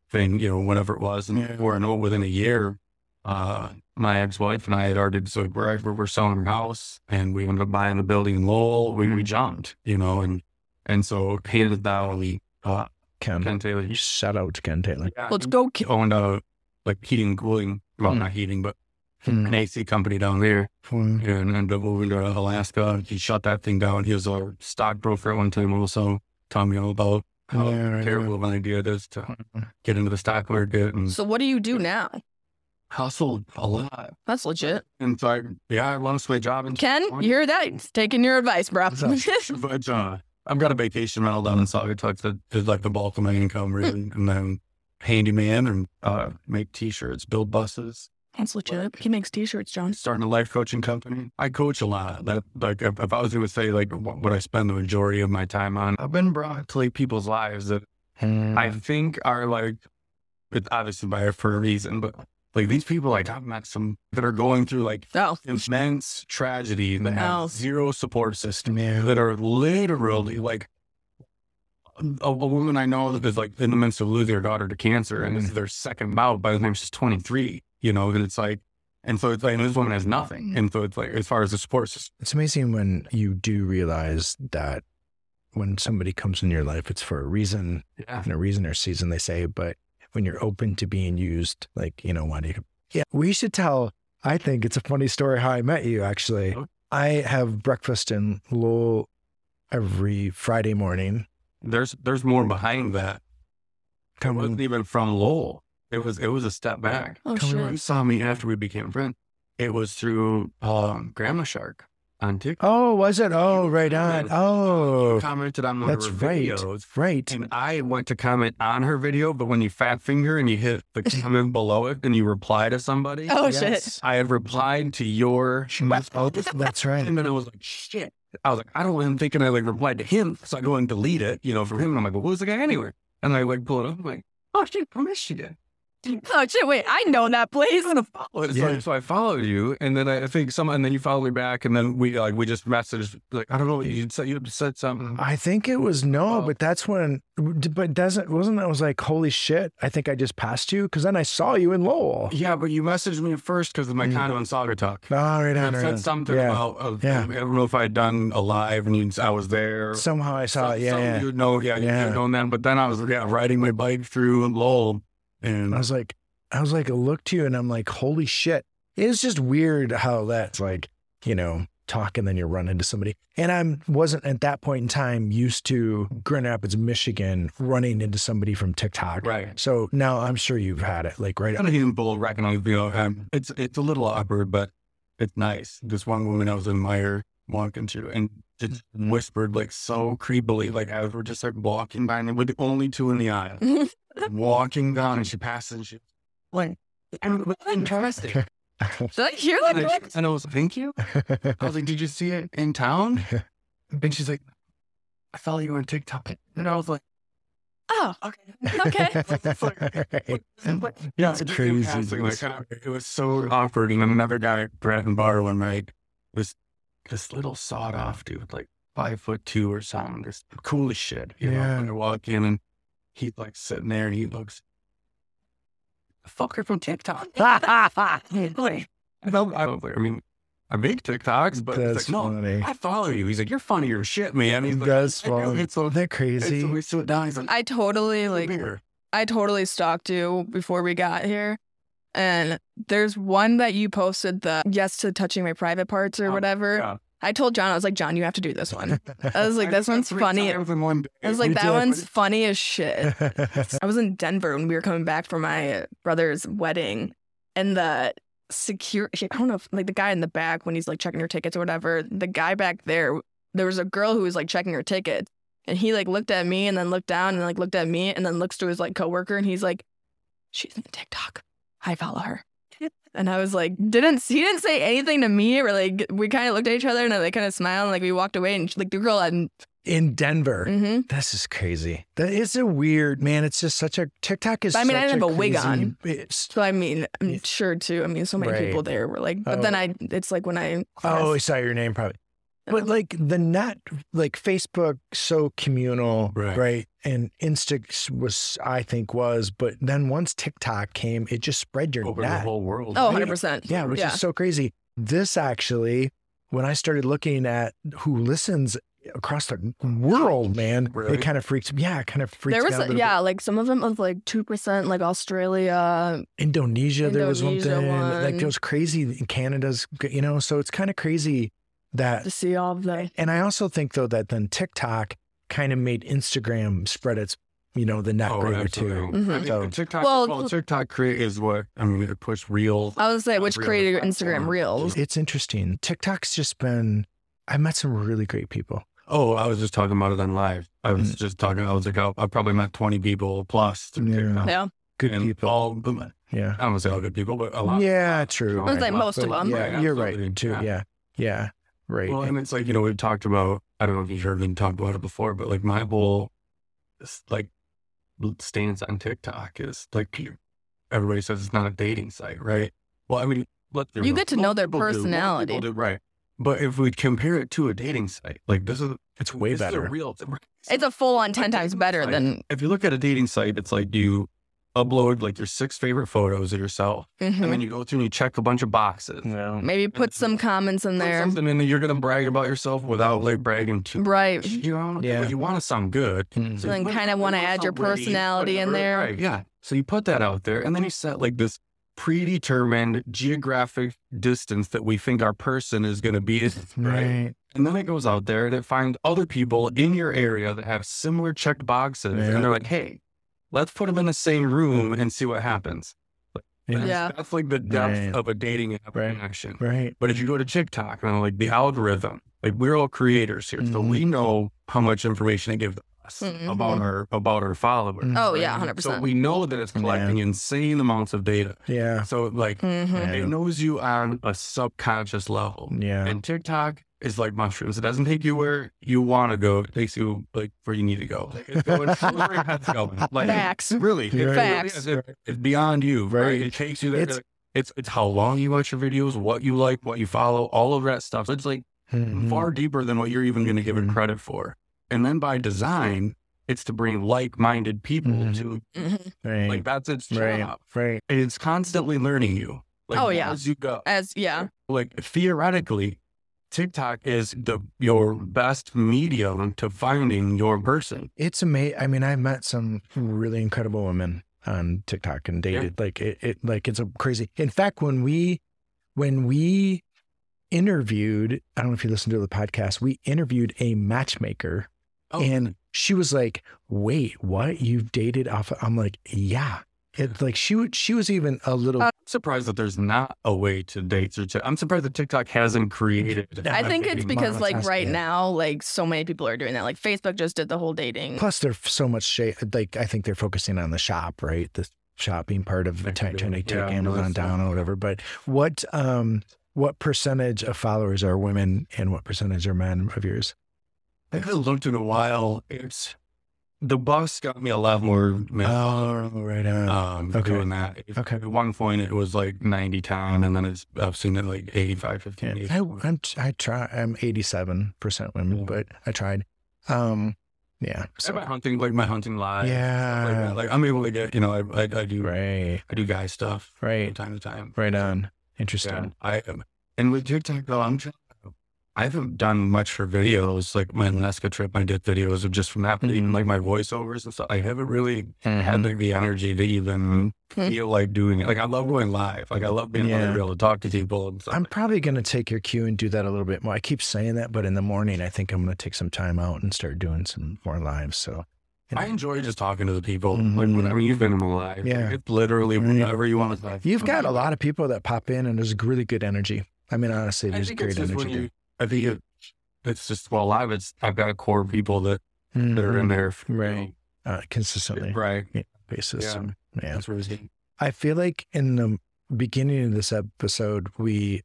[SPEAKER 3] thing, you know, whenever it was. And
[SPEAKER 2] Yeah.
[SPEAKER 3] before I know it, within a year, uh, my ex-wife and I had already, so we're, we're selling our house and we ended up buying the building in Lowell. We, we jumped, you know, and, and so handed down the, uh,
[SPEAKER 2] Ken.
[SPEAKER 3] Ken Taylor. he-
[SPEAKER 2] Shout out to Ken Taylor.
[SPEAKER 3] yeah,
[SPEAKER 1] Let's go.
[SPEAKER 3] he
[SPEAKER 1] ki-
[SPEAKER 3] owned a, like heating and cooling, well,
[SPEAKER 2] Hmm.
[SPEAKER 3] not heating, but an
[SPEAKER 2] Mm.
[SPEAKER 3] AC company down there
[SPEAKER 2] Mm.
[SPEAKER 3] and ended up moving to Alaska. He shut that thing down. He was a stockbroker at one time also, telling me all about how
[SPEAKER 2] Yeah, right,
[SPEAKER 3] Oh, terrible of an idea it is to get into the stock market and
[SPEAKER 1] So what do you do now?
[SPEAKER 3] hustle a lot.
[SPEAKER 1] That's legit.
[SPEAKER 3] And so I, yeah, I lost my job. And
[SPEAKER 1] Ken, you hear that? He's taking your advice, bro.
[SPEAKER 2] What's up?
[SPEAKER 3] but uh, I've got a vacation rental down in Saugatuck that is like the bulk of my income, really. And then handyman and uh, make t-shirts, build buses.
[SPEAKER 1] That's legit. He makes t-shirts, John.
[SPEAKER 3] starting a life coaching company. I coach a lot. That like if, if I was going to say like what, what I spend the majority of my time on, I've been brought to like people's lives that I
[SPEAKER 2] Hmm.
[SPEAKER 3] think are like it's obviously by for a reason, but like these people like I've met some that are going through like
[SPEAKER 1] Oh,
[SPEAKER 3] immense tragedy that
[SPEAKER 1] Oh.
[SPEAKER 3] have zero support system
[SPEAKER 2] Yeah.
[SPEAKER 3] that are literally like a, a woman I know that is like in the midst of losing her daughter to cancer, and this is their second bout. By the time she's 23, you know, and it's like, and so it's like, and this woman has
[SPEAKER 2] Mm.
[SPEAKER 3] nothing. And so it's like, as far as the support system,
[SPEAKER 2] It's amazing when you do realize that when somebody comes into your life, it's for a reason
[SPEAKER 3] yeah,
[SPEAKER 2] and a reason or season, they say, but when you're open to being used, like, you know, why do you? Yeah. We should tell, I think it's a funny story how I met you, actually.
[SPEAKER 3] Okay.
[SPEAKER 2] I have breakfast in Lowell every Friday morning.
[SPEAKER 3] there's there's more behind that. It
[SPEAKER 2] Come
[SPEAKER 3] wasn't even from Lowell. It was it was a step back.
[SPEAKER 1] oh
[SPEAKER 2] Can we
[SPEAKER 3] You
[SPEAKER 1] shit.
[SPEAKER 3] saw me after we became friends. It was through um, Grandma Shark on TikTok.
[SPEAKER 2] Oh, was it? Oh, right on.
[SPEAKER 3] You
[SPEAKER 2] Oh,
[SPEAKER 3] commented on one
[SPEAKER 2] that's
[SPEAKER 3] of her
[SPEAKER 2] right.
[SPEAKER 3] videos.
[SPEAKER 2] Right.
[SPEAKER 3] And I went to comment on her video, but when you fat finger and you hit the comment below it and you reply to somebody,
[SPEAKER 1] Oh shit.
[SPEAKER 2] Yes.
[SPEAKER 3] I had replied to your
[SPEAKER 2] Oh, that's right.
[SPEAKER 3] and then I was like, shit. I was like, I don't I'm thinking I like replied to him. So I go and delete it, you know, from him. And I'm like, well, who's the guy anywhere? And I like pull it up. I'm like, oh shit, from Michigan.
[SPEAKER 1] Oh shit. Wait, I know that place.
[SPEAKER 3] Oh, and so,
[SPEAKER 2] Yeah.
[SPEAKER 3] so I followed you, and then I, I think some, and then you followed me back, and then we like we just messaged like I don't know, you said you said something.
[SPEAKER 2] I think it was no,
[SPEAKER 3] Oh.
[SPEAKER 2] but that's when, but doesn't, wasn't that was like, holy shit, I think I just passed you? Cause then I saw you in Lowell.
[SPEAKER 3] yeah, but you messaged me first because of my
[SPEAKER 2] Mm.
[SPEAKER 3] condo in Saugatuck.
[SPEAKER 2] Oh, right on,
[SPEAKER 3] And
[SPEAKER 2] right
[SPEAKER 3] said
[SPEAKER 2] on.
[SPEAKER 3] something
[SPEAKER 2] yeah.
[SPEAKER 3] about uh,
[SPEAKER 2] Yeah.
[SPEAKER 3] I don't know if I had done alive and you'd, I was there.
[SPEAKER 2] Somehow I saw
[SPEAKER 3] Some-
[SPEAKER 2] it. Yeah.
[SPEAKER 3] some
[SPEAKER 2] yeah.
[SPEAKER 3] You know, yeah,
[SPEAKER 2] Yeah.
[SPEAKER 3] you know that. But then I was yeah riding my bike through Lowell, and
[SPEAKER 2] I was like, I was like, I looked to you and I'm like, holy shit. It's just weird how that's like, you know, talk and then you run into somebody. And I'm wasn't at that point in time used to Grand Rapids, Michigan, running into somebody from TikTok.
[SPEAKER 3] right.
[SPEAKER 2] So now I'm sure you've had it like right.
[SPEAKER 3] Kind of even bull recognized, you know, um, it's it's a little awkward, but it's nice. This one woman I was admire walking through and just
[SPEAKER 2] Mm-hmm.
[SPEAKER 3] whispered like so creepily, like as we're just like walking by, and we're the only two in the aisle. walking down and she passes and she like I'm interested.
[SPEAKER 1] She's like, you're
[SPEAKER 3] And
[SPEAKER 1] like,
[SPEAKER 3] I,
[SPEAKER 1] what?
[SPEAKER 3] and I was like, thank you. I was like, did you see it in town? And she's like, I follow you on TikTok. And I was like,
[SPEAKER 1] oh,
[SPEAKER 3] okay.
[SPEAKER 1] okay.
[SPEAKER 3] And, yeah,
[SPEAKER 2] It's
[SPEAKER 3] it just came
[SPEAKER 2] crazy.
[SPEAKER 3] past, like, like, I- it was so awkward. And another guy at Brett and Bar one night was this little sawed off dude, like five foot two or something, just cool as shit. You
[SPEAKER 2] Yeah.
[SPEAKER 3] know, and I walk in and he's like sitting there and he looks, fucker from TikTok. Like, I don't, I don't, I mean, I make TikToks, but it's
[SPEAKER 2] That's
[SPEAKER 3] like, no,
[SPEAKER 2] funny.
[SPEAKER 3] I follow you. He's like, you're funny or shit, man. He's like,
[SPEAKER 2] That's
[SPEAKER 3] I know,
[SPEAKER 2] funny.
[SPEAKER 3] It's so,
[SPEAKER 2] Isn't that
[SPEAKER 3] it's
[SPEAKER 2] crazy?
[SPEAKER 3] so we sit down. He's like,
[SPEAKER 1] I totally
[SPEAKER 3] "Come
[SPEAKER 1] like
[SPEAKER 3] here."
[SPEAKER 1] I totally stalked you before we got here. And there's one that you posted the yes to touching my private parts or
[SPEAKER 3] Oh,
[SPEAKER 1] whatever.
[SPEAKER 3] yeah.
[SPEAKER 1] I told John, I was like, John, you have to do this one. I was like,
[SPEAKER 3] I
[SPEAKER 1] this
[SPEAKER 3] did that
[SPEAKER 1] one's
[SPEAKER 3] three
[SPEAKER 1] funny.
[SPEAKER 3] times in one day.
[SPEAKER 1] I was like,
[SPEAKER 3] We
[SPEAKER 1] that
[SPEAKER 3] did,
[SPEAKER 1] one's
[SPEAKER 3] but
[SPEAKER 1] funny as shit. I was in Denver when we were coming back from my brother's wedding, and the security, I don't know, if, like the guy in the back when he's like checking your tickets or whatever, the guy back there, there was a girl who was like checking her tickets. And he like looked at me and then looked down and like looked at me and then looks to his like coworker and he's like, she's in the TikTok. I follow her. And I was like, didn't he didn't say anything to me or like we kind of looked at each other and then they kind of smiled and like we walked away and like the girl had
[SPEAKER 2] in Denver.
[SPEAKER 1] mm-hmm.
[SPEAKER 2] This is crazy. That is a weird man. It's just such a TikTok is.
[SPEAKER 1] But I mean, I
[SPEAKER 2] such
[SPEAKER 1] didn't have a wig
[SPEAKER 2] crazy-
[SPEAKER 1] on.
[SPEAKER 2] it's-
[SPEAKER 1] So I mean, I'm
[SPEAKER 2] Yes.
[SPEAKER 1] sure too. I mean, so many
[SPEAKER 2] Right.
[SPEAKER 1] people there were like, but
[SPEAKER 2] Oh.
[SPEAKER 1] then I, it's like when I,
[SPEAKER 2] oh, I saw your name probably. But like the not like Facebook so communal,
[SPEAKER 3] Right.
[SPEAKER 2] And Insta was I think was, but then once TikTok came, it just spread your
[SPEAKER 3] Over the
[SPEAKER 2] net.
[SPEAKER 3] whole world.
[SPEAKER 1] oh,
[SPEAKER 2] yeah.
[SPEAKER 1] 100 percent.
[SPEAKER 2] Yeah, which
[SPEAKER 1] yeah.
[SPEAKER 2] is so crazy. This actually, when I started looking at who listens across the world, man,
[SPEAKER 3] Really?
[SPEAKER 2] it kind of freaks. Yeah, it kind of freaks.
[SPEAKER 1] There
[SPEAKER 2] me
[SPEAKER 1] was
[SPEAKER 2] out a little
[SPEAKER 1] yeah, like some of them of like two percent, like Australia.
[SPEAKER 2] bit. Indonesia. there was one
[SPEAKER 1] Indonesia
[SPEAKER 2] thing like
[SPEAKER 1] one.
[SPEAKER 2] it was crazy. Canada's, you know, so it's kind of crazy that
[SPEAKER 1] To see all of the
[SPEAKER 2] And I also think though that then TikTok kind of made Instagram spread its, you know, the net
[SPEAKER 3] Oh,
[SPEAKER 2] greater
[SPEAKER 3] absolutely.
[SPEAKER 2] too.
[SPEAKER 1] Mhm.
[SPEAKER 3] I mean,
[SPEAKER 2] So-
[SPEAKER 3] TikTok,
[SPEAKER 1] Well- Uh,
[SPEAKER 3] well, TikTok create is what I mean. It push reels.
[SPEAKER 1] I would say
[SPEAKER 3] Not
[SPEAKER 1] which
[SPEAKER 3] real
[SPEAKER 1] created
[SPEAKER 3] platform.
[SPEAKER 1] Instagram Reels.
[SPEAKER 2] It's interesting. TikTok's just been. I met some really great people.
[SPEAKER 3] Oh, I was just talking about it on live. I was just talking. I was like, oh, I probably met twenty people plus. through
[SPEAKER 2] Mm. Yeah.
[SPEAKER 3] TikTok.
[SPEAKER 1] Yeah,
[SPEAKER 2] Good
[SPEAKER 3] And
[SPEAKER 2] people.
[SPEAKER 3] All, of them-
[SPEAKER 2] yeah.
[SPEAKER 3] I don't say all good people, but a lot.
[SPEAKER 2] Yeah. True.
[SPEAKER 3] I
[SPEAKER 1] would say most of
[SPEAKER 2] But
[SPEAKER 1] them.
[SPEAKER 2] Yeah,
[SPEAKER 3] Right,
[SPEAKER 2] you're right
[SPEAKER 3] absolutely.
[SPEAKER 2] too.
[SPEAKER 3] Yeah.
[SPEAKER 2] Yeah. Yeah. Right.
[SPEAKER 3] Well, and it's like you know we've talked about. I don't know if you heard me talk about it before, but like my whole s- like stance on TikTok is like you- everybody says it's not a dating site, right? Well, I mean, let
[SPEAKER 1] You get to know their personality.
[SPEAKER 3] right? But if we compare it to a dating site, like this is
[SPEAKER 2] it's way
[SPEAKER 3] this is a
[SPEAKER 2] better.
[SPEAKER 3] real,
[SPEAKER 1] it's a full on ten
[SPEAKER 3] Like,
[SPEAKER 1] times
[SPEAKER 3] it's
[SPEAKER 1] better
[SPEAKER 3] like-
[SPEAKER 1] than.
[SPEAKER 3] if you look at a dating site, it's like you upload like your six favorite photos of yourself,
[SPEAKER 1] Mhm.
[SPEAKER 3] and then you go through and you check a bunch of boxes.
[SPEAKER 2] No.
[SPEAKER 1] Maybe put
[SPEAKER 3] it's-
[SPEAKER 1] some comments in
[SPEAKER 3] Put
[SPEAKER 1] there,
[SPEAKER 3] something in there you're gonna brag about yourself without like bragging too.
[SPEAKER 1] right?
[SPEAKER 3] You know,
[SPEAKER 2] Yeah.
[SPEAKER 3] yeah. you want to sound good.
[SPEAKER 1] So then
[SPEAKER 3] you
[SPEAKER 1] kinda wanna
[SPEAKER 3] you
[SPEAKER 1] add your
[SPEAKER 3] sound witty,
[SPEAKER 1] personality in there.
[SPEAKER 3] Right, yeah. So you put that out there, and then you set like this predetermined geographic distance that we think our person is going to be. Right.
[SPEAKER 2] Right.
[SPEAKER 3] And then it goes out there and it finds other people in your area that have similar checked boxes.
[SPEAKER 2] Yeah.
[SPEAKER 3] And they're like, hey, let's put them in the same room and see what happens. That's,
[SPEAKER 1] Yeah.
[SPEAKER 3] that's like the depth
[SPEAKER 2] Right.
[SPEAKER 3] of a dating app
[SPEAKER 2] Right.
[SPEAKER 3] connection.
[SPEAKER 2] Right.
[SPEAKER 3] But if you go to TikTok and like the algorithm, like we're all creators here, so
[SPEAKER 2] Mhm.
[SPEAKER 3] we know how much information it gives us
[SPEAKER 1] Mhm.
[SPEAKER 3] about our about our followers.
[SPEAKER 2] Mhm.
[SPEAKER 1] Oh yeah,
[SPEAKER 3] right?
[SPEAKER 1] hundred
[SPEAKER 3] So
[SPEAKER 1] percent.
[SPEAKER 3] we know that it's collecting insane amounts of data.
[SPEAKER 2] Yeah.
[SPEAKER 3] So like
[SPEAKER 1] Mhm.
[SPEAKER 2] Yeah.
[SPEAKER 3] it knows you on a subconscious level,
[SPEAKER 2] Yeah.
[SPEAKER 3] and TikTok is like mushrooms. It doesn't take you where you want to go. It takes you like where you need to go. Like, it's going somewhere it's going. Like,
[SPEAKER 1] Facts.
[SPEAKER 3] Really, it
[SPEAKER 2] You're
[SPEAKER 3] really
[SPEAKER 1] Facts.
[SPEAKER 3] is. It- it's beyond you, right?
[SPEAKER 2] Right.
[SPEAKER 3] It takes you there.
[SPEAKER 2] It's-
[SPEAKER 3] It's, it's how long you watch your videos, what you like, what you follow, all of that stuff. So it's like
[SPEAKER 2] Mhm.
[SPEAKER 3] far deeper than what you're even going to give it
[SPEAKER 2] Mhm.
[SPEAKER 3] credit for. And then by design, it's to bring like-minded people
[SPEAKER 2] Mhm.
[SPEAKER 3] to
[SPEAKER 1] Mhm.
[SPEAKER 2] Right.
[SPEAKER 3] like that's its job.
[SPEAKER 2] right. Right.
[SPEAKER 3] And it's constantly learning you. Like,
[SPEAKER 1] Oh, yeah.
[SPEAKER 3] as you go
[SPEAKER 1] As yeah,
[SPEAKER 3] like theoretically, TikTok is the your best medium to finding your person.
[SPEAKER 2] It's amazing. I mean, I met some really incredible women on TikTok and
[SPEAKER 3] Yeah.
[SPEAKER 2] dated. Like it, it, like it's a crazy. In fact, when we, when we interviewed, I don't know if you listened to the podcast. We interviewed a matchmaker,
[SPEAKER 3] Oh,
[SPEAKER 2] and she was like, "Wait, what? You've dated off?" I'm like, "Yeah." It like she would. She was even a little.
[SPEAKER 1] Uh,
[SPEAKER 3] I'm surprised that there's not a way to date through. Tik- I'm surprised that TikTok hasn't created.
[SPEAKER 1] I
[SPEAKER 2] I
[SPEAKER 1] think
[SPEAKER 3] a
[SPEAKER 1] it's
[SPEAKER 3] dating
[SPEAKER 1] because like
[SPEAKER 2] monetized
[SPEAKER 1] right
[SPEAKER 2] it.
[SPEAKER 1] now, like so many people are doing that. Like Facebook just did the whole dating.
[SPEAKER 2] plus, they're so much. sha- Like I think they're focusing on the shop, right? The shopping part of
[SPEAKER 3] Like,
[SPEAKER 2] trying trying to take
[SPEAKER 3] yeah,
[SPEAKER 2] Amazon
[SPEAKER 3] really so.
[SPEAKER 2] down or whatever. But what um what percentage of followers are women and what percentage are men of yours?
[SPEAKER 3] I haven't looked in a while. It's the boss got me a lot more men,
[SPEAKER 2] Oh, right on.
[SPEAKER 3] um,
[SPEAKER 2] okay.
[SPEAKER 3] doing that. If-
[SPEAKER 2] Okay.
[SPEAKER 3] At one point, it was like 90 town, and then it's, I've seen it like 85, 15.
[SPEAKER 2] I, I'm, I try. I'm 87 percent women,
[SPEAKER 3] Yeah.
[SPEAKER 2] but I tried. Um, yeah.
[SPEAKER 3] So, my
[SPEAKER 2] So,
[SPEAKER 3] hunting, like my hunting live. Like,
[SPEAKER 2] yeah.
[SPEAKER 3] that. like I'm able to get, you know, I, I, I do
[SPEAKER 2] right.
[SPEAKER 3] I do guy stuff from
[SPEAKER 2] Right.
[SPEAKER 3] time to time.
[SPEAKER 2] Right on. Interesting. Mm-hmm.
[SPEAKER 3] Yeah, I am. And with TikTok though, I'm trying, I haven't done much for videos. Like my Alaska trip, I did videos of just from that, but
[SPEAKER 2] Mm-hmm.
[SPEAKER 3] even like my voiceovers and stuff. I haven't really had like the energy to even
[SPEAKER 1] Hmm.
[SPEAKER 3] feel like doing it. Like I love going live. Like I love being
[SPEAKER 2] Yeah.
[SPEAKER 3] able to be able to talk to people. And stuff.
[SPEAKER 2] I'm probably going to take your cue and do that a little bit more. I keep saying that, but in the morning, I think I'm going to take some time out and start doing some more lives. So, you know.
[SPEAKER 3] I enjoy just talking to the people. Like
[SPEAKER 2] Mhm.
[SPEAKER 3] when, I mean, you've been in my life.
[SPEAKER 2] Yeah.
[SPEAKER 3] it's literally
[SPEAKER 2] Right.
[SPEAKER 3] whatever you want to talk.
[SPEAKER 2] you've got a lot of people that pop in, and there's really good energy. I mean, honestly,
[SPEAKER 3] I
[SPEAKER 2] there's
[SPEAKER 3] think
[SPEAKER 2] great
[SPEAKER 3] it's just
[SPEAKER 2] energy.
[SPEAKER 3] when you. I think it, it's just well, live. It's I've got core people that
[SPEAKER 2] there.
[SPEAKER 3] that are in
[SPEAKER 2] Mhm.
[SPEAKER 3] there, you know,
[SPEAKER 2] Right. uh, consistently
[SPEAKER 3] Right.
[SPEAKER 2] basis.
[SPEAKER 3] Yeah.
[SPEAKER 2] Um, yeah.
[SPEAKER 3] That's what it is.
[SPEAKER 2] I feel like in the beginning of this episode, we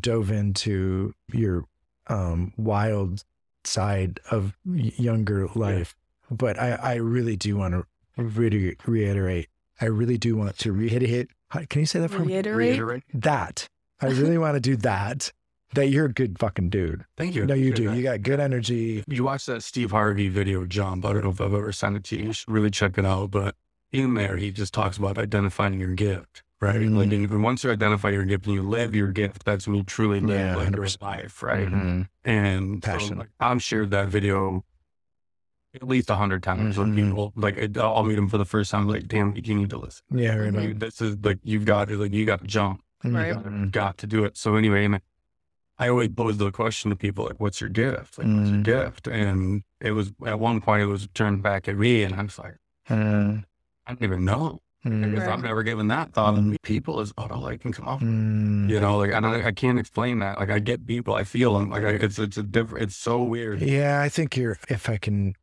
[SPEAKER 2] dove into your um, wild side of y- younger life, but I, I really do want to re- reiterate. I really do want to reiterate. hi- Can you say that for me?
[SPEAKER 1] Reiterate.
[SPEAKER 2] That. I really want to do that. That you're a good fucking dude.
[SPEAKER 3] Thank you.
[SPEAKER 2] No, you
[SPEAKER 3] Appreciate
[SPEAKER 2] do.
[SPEAKER 3] that.
[SPEAKER 2] You got good energy.
[SPEAKER 3] You watched that Steve Harvey video, Jump. I don't know if I've ever sent it to you. You should really check it out. But in there, he just talks about identifying your gift, right?
[SPEAKER 2] Mhm.
[SPEAKER 3] Like, and and once you identify your gift and you live your gift, that's when you truly live
[SPEAKER 2] Yeah,
[SPEAKER 3] like, your
[SPEAKER 2] 100%.
[SPEAKER 3] life, right?
[SPEAKER 2] Mhm.
[SPEAKER 3] And so,
[SPEAKER 2] Passion.
[SPEAKER 3] like, I've shared that video at least a hundred times with
[SPEAKER 2] Mhm.
[SPEAKER 3] people. Like, it- I'll meet him for the first time. Like, damn, you need to listen.
[SPEAKER 2] Yeah, right.
[SPEAKER 1] Mhm.
[SPEAKER 3] Like, this is like you've got to like you got to jump.
[SPEAKER 1] Right.
[SPEAKER 3] I've
[SPEAKER 2] Mm-hmm.
[SPEAKER 3] got to do it. So anyway, and I always pose the question to people like, "What's your gift? Like, what's your
[SPEAKER 2] Mm.
[SPEAKER 3] gift?" And it was at one point it was turned back at me, and I was like,
[SPEAKER 2] Mhm.
[SPEAKER 3] "I don't even know
[SPEAKER 2] Mm-hmm.
[SPEAKER 3] because
[SPEAKER 1] Right.
[SPEAKER 3] I've never given that thought."
[SPEAKER 2] Mm.
[SPEAKER 3] And people is all I can come up, with.
[SPEAKER 2] Mhm.
[SPEAKER 3] you know, like and I, I can't explain that. Like I get people, I feel them. Like I, it's it's a different. It's so weird.
[SPEAKER 2] Yeah, I think you're. If I can,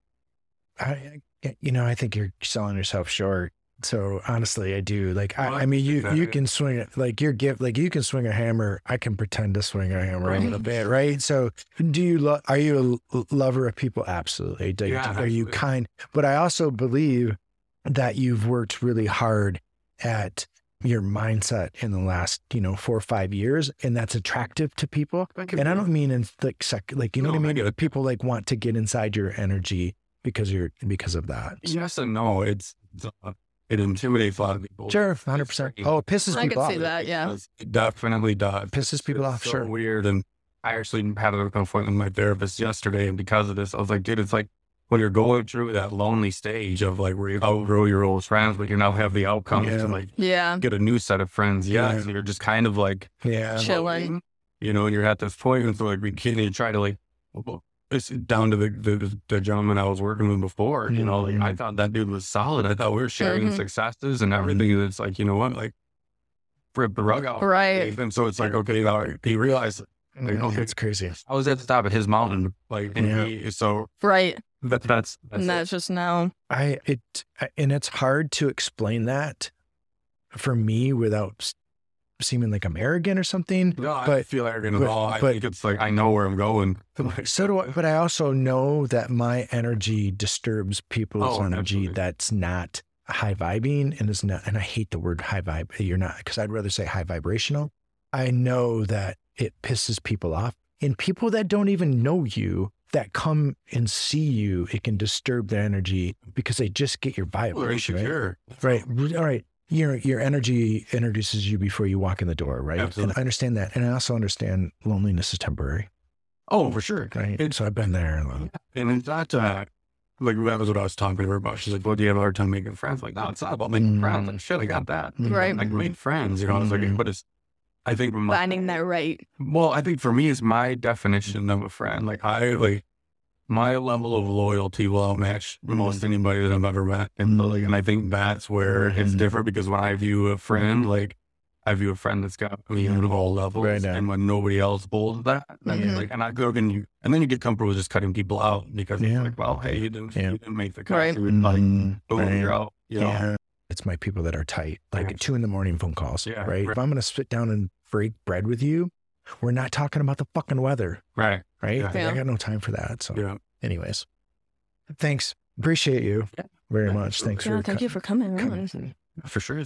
[SPEAKER 2] I, I- you know, I think you're selling yourself short. So honestly, I do. Like, I,
[SPEAKER 3] Well, I
[SPEAKER 2] I mean, you
[SPEAKER 3] appreciate
[SPEAKER 2] you
[SPEAKER 3] that.
[SPEAKER 2] can swing it. Like your gift, like you can swing a hammer. I can pretend to swing a hammer a
[SPEAKER 3] Right.
[SPEAKER 2] little bit, right? So, do you love? Are you a l- lover of people? Absolutely. Like,
[SPEAKER 3] Yeah,
[SPEAKER 2] are you
[SPEAKER 3] absolutely.
[SPEAKER 2] kind? But I also believe that you've worked really hard at your mindset in the last, you know, four or five years, and that's attractive to people. And I don't mean in like sec- like you know
[SPEAKER 3] No,
[SPEAKER 2] what I
[SPEAKER 3] I
[SPEAKER 2] mean.
[SPEAKER 3] get it.
[SPEAKER 2] People like want to get inside your energy because you're because of that.
[SPEAKER 3] Yes and no. It's, it's uh, it intimidates a lot of people.
[SPEAKER 2] Sure, hundred percent.
[SPEAKER 3] It's-
[SPEAKER 2] Oh, it pisses
[SPEAKER 1] I
[SPEAKER 2] people
[SPEAKER 1] could
[SPEAKER 2] off.
[SPEAKER 1] see that, yeah.
[SPEAKER 3] It definitely does.
[SPEAKER 2] Pisses people
[SPEAKER 3] it's
[SPEAKER 2] off.
[SPEAKER 3] so
[SPEAKER 2] sure.
[SPEAKER 3] weird. And I actually had an appointment with my therapist yesterday, and because of this, I was like, dude, it's like when you're going through that lonely stage of like where you outgrow your old friends, but you now have the outcomes
[SPEAKER 2] Yeah.
[SPEAKER 3] to like
[SPEAKER 1] Yeah.
[SPEAKER 3] get a new set of friends. Yeah,
[SPEAKER 2] Yeah.
[SPEAKER 3] so you're just kind of like
[SPEAKER 2] Yeah.
[SPEAKER 1] Chilling.
[SPEAKER 3] floating, you know, and you're at this point, and so like we can you try to like. It's down to the, the the gentleman I was working with before. You know,
[SPEAKER 2] Mm-hmm.
[SPEAKER 3] like I thought that dude was solid. I thought we were sharing
[SPEAKER 1] Mhm.
[SPEAKER 3] successes and everything. And it's like, you know what? Like, rip the rug out.
[SPEAKER 1] Right.
[SPEAKER 3] And so it's like, okay, now he realized Like,
[SPEAKER 2] Yeah,
[SPEAKER 3] okay.
[SPEAKER 2] It's crazy.
[SPEAKER 3] I was at the top of his mountain. Like, and
[SPEAKER 2] Yeah.
[SPEAKER 3] he, so
[SPEAKER 1] Right.
[SPEAKER 3] that, that's, that's,
[SPEAKER 1] and that's just now.
[SPEAKER 2] I it I- and it's hard to explain that for me without s- seeming like I'm arrogant or something.
[SPEAKER 3] it. No, I
[SPEAKER 2] but-
[SPEAKER 3] don't feel arrogant
[SPEAKER 2] but-
[SPEAKER 3] at all. I
[SPEAKER 2] but-
[SPEAKER 3] think it's like, I know where I'm going. Like,
[SPEAKER 2] So do I, but I also know that my energy disturbs people's
[SPEAKER 3] Oh,
[SPEAKER 2] energy
[SPEAKER 3] absolutely.
[SPEAKER 2] that's not high vibing and is not, and I hate the word high vibe. You're not, because I'd rather say high vibrational. I know that it pisses people off and people that don't even know you that come and see you, it can disturb their energy because they just get your
[SPEAKER 3] people are
[SPEAKER 2] vibration. Right?
[SPEAKER 3] insecure.
[SPEAKER 2] right. All right. Your, your energy introduces you before you walk in the door, right?
[SPEAKER 3] Absolutely.
[SPEAKER 2] And I understand that. And I also understand loneliness is temporary.
[SPEAKER 3] Oh, for sure.
[SPEAKER 2] Right.
[SPEAKER 3] It's-
[SPEAKER 2] so I've been there.
[SPEAKER 3] And it's not, uh, like, that was what I was talking to her about. She's like, well, do you have a hard time making friends? Like, no, it's not about making friends.
[SPEAKER 2] Mm.
[SPEAKER 3] Like, shit, I got that.
[SPEAKER 2] Mm-hmm.
[SPEAKER 1] Right.
[SPEAKER 3] Like, made friends, you know, I was like,
[SPEAKER 2] Mhm.
[SPEAKER 3] but it's, I think my,
[SPEAKER 1] Finding that right.
[SPEAKER 3] Well, I think for me, it's my
[SPEAKER 2] Mm-hmm.
[SPEAKER 3] definition of a friend. Like I like my level of loyalty will outmatch
[SPEAKER 2] Mm-hmm.
[SPEAKER 3] most anybody that I've ever met, and like, and I think that's where it's
[SPEAKER 2] Mhm.
[SPEAKER 3] different because when I view a friend, like I view a friend that's got me at all
[SPEAKER 2] Mm-hmm.
[SPEAKER 3] levels,
[SPEAKER 2] Right on. Mm-hmm.
[SPEAKER 3] and when nobody else holds that, then
[SPEAKER 1] Mhm.
[SPEAKER 3] like, and I go and you, and then you get comfortable with just cutting people out because
[SPEAKER 2] Yeah.
[SPEAKER 3] it's like, well, hey, you didn't,
[SPEAKER 2] Yeah.
[SPEAKER 3] you didn't make the cut,
[SPEAKER 1] Right.
[SPEAKER 3] you would like,
[SPEAKER 2] Mm,
[SPEAKER 3] boom,
[SPEAKER 2] right.
[SPEAKER 3] you're out, you know?
[SPEAKER 2] Yeah. it's my people that are tight. Like at two in the morning phone calls.
[SPEAKER 3] Yeah,
[SPEAKER 2] right.
[SPEAKER 3] right.
[SPEAKER 2] If I'm gonna sit down and break bread with you, we're not talking about the fucking weather.
[SPEAKER 3] Right.
[SPEAKER 2] Right.
[SPEAKER 3] Yeah.
[SPEAKER 1] Yeah.
[SPEAKER 2] I got no time for that. So
[SPEAKER 3] Yeah.
[SPEAKER 2] anyways. Thanks. Appreciate you
[SPEAKER 3] Yeah.
[SPEAKER 2] very
[SPEAKER 3] Yeah,
[SPEAKER 2] much. Thanks
[SPEAKER 1] Yeah,
[SPEAKER 2] for
[SPEAKER 1] thank you for coming
[SPEAKER 2] coming.
[SPEAKER 1] around.
[SPEAKER 3] For sure.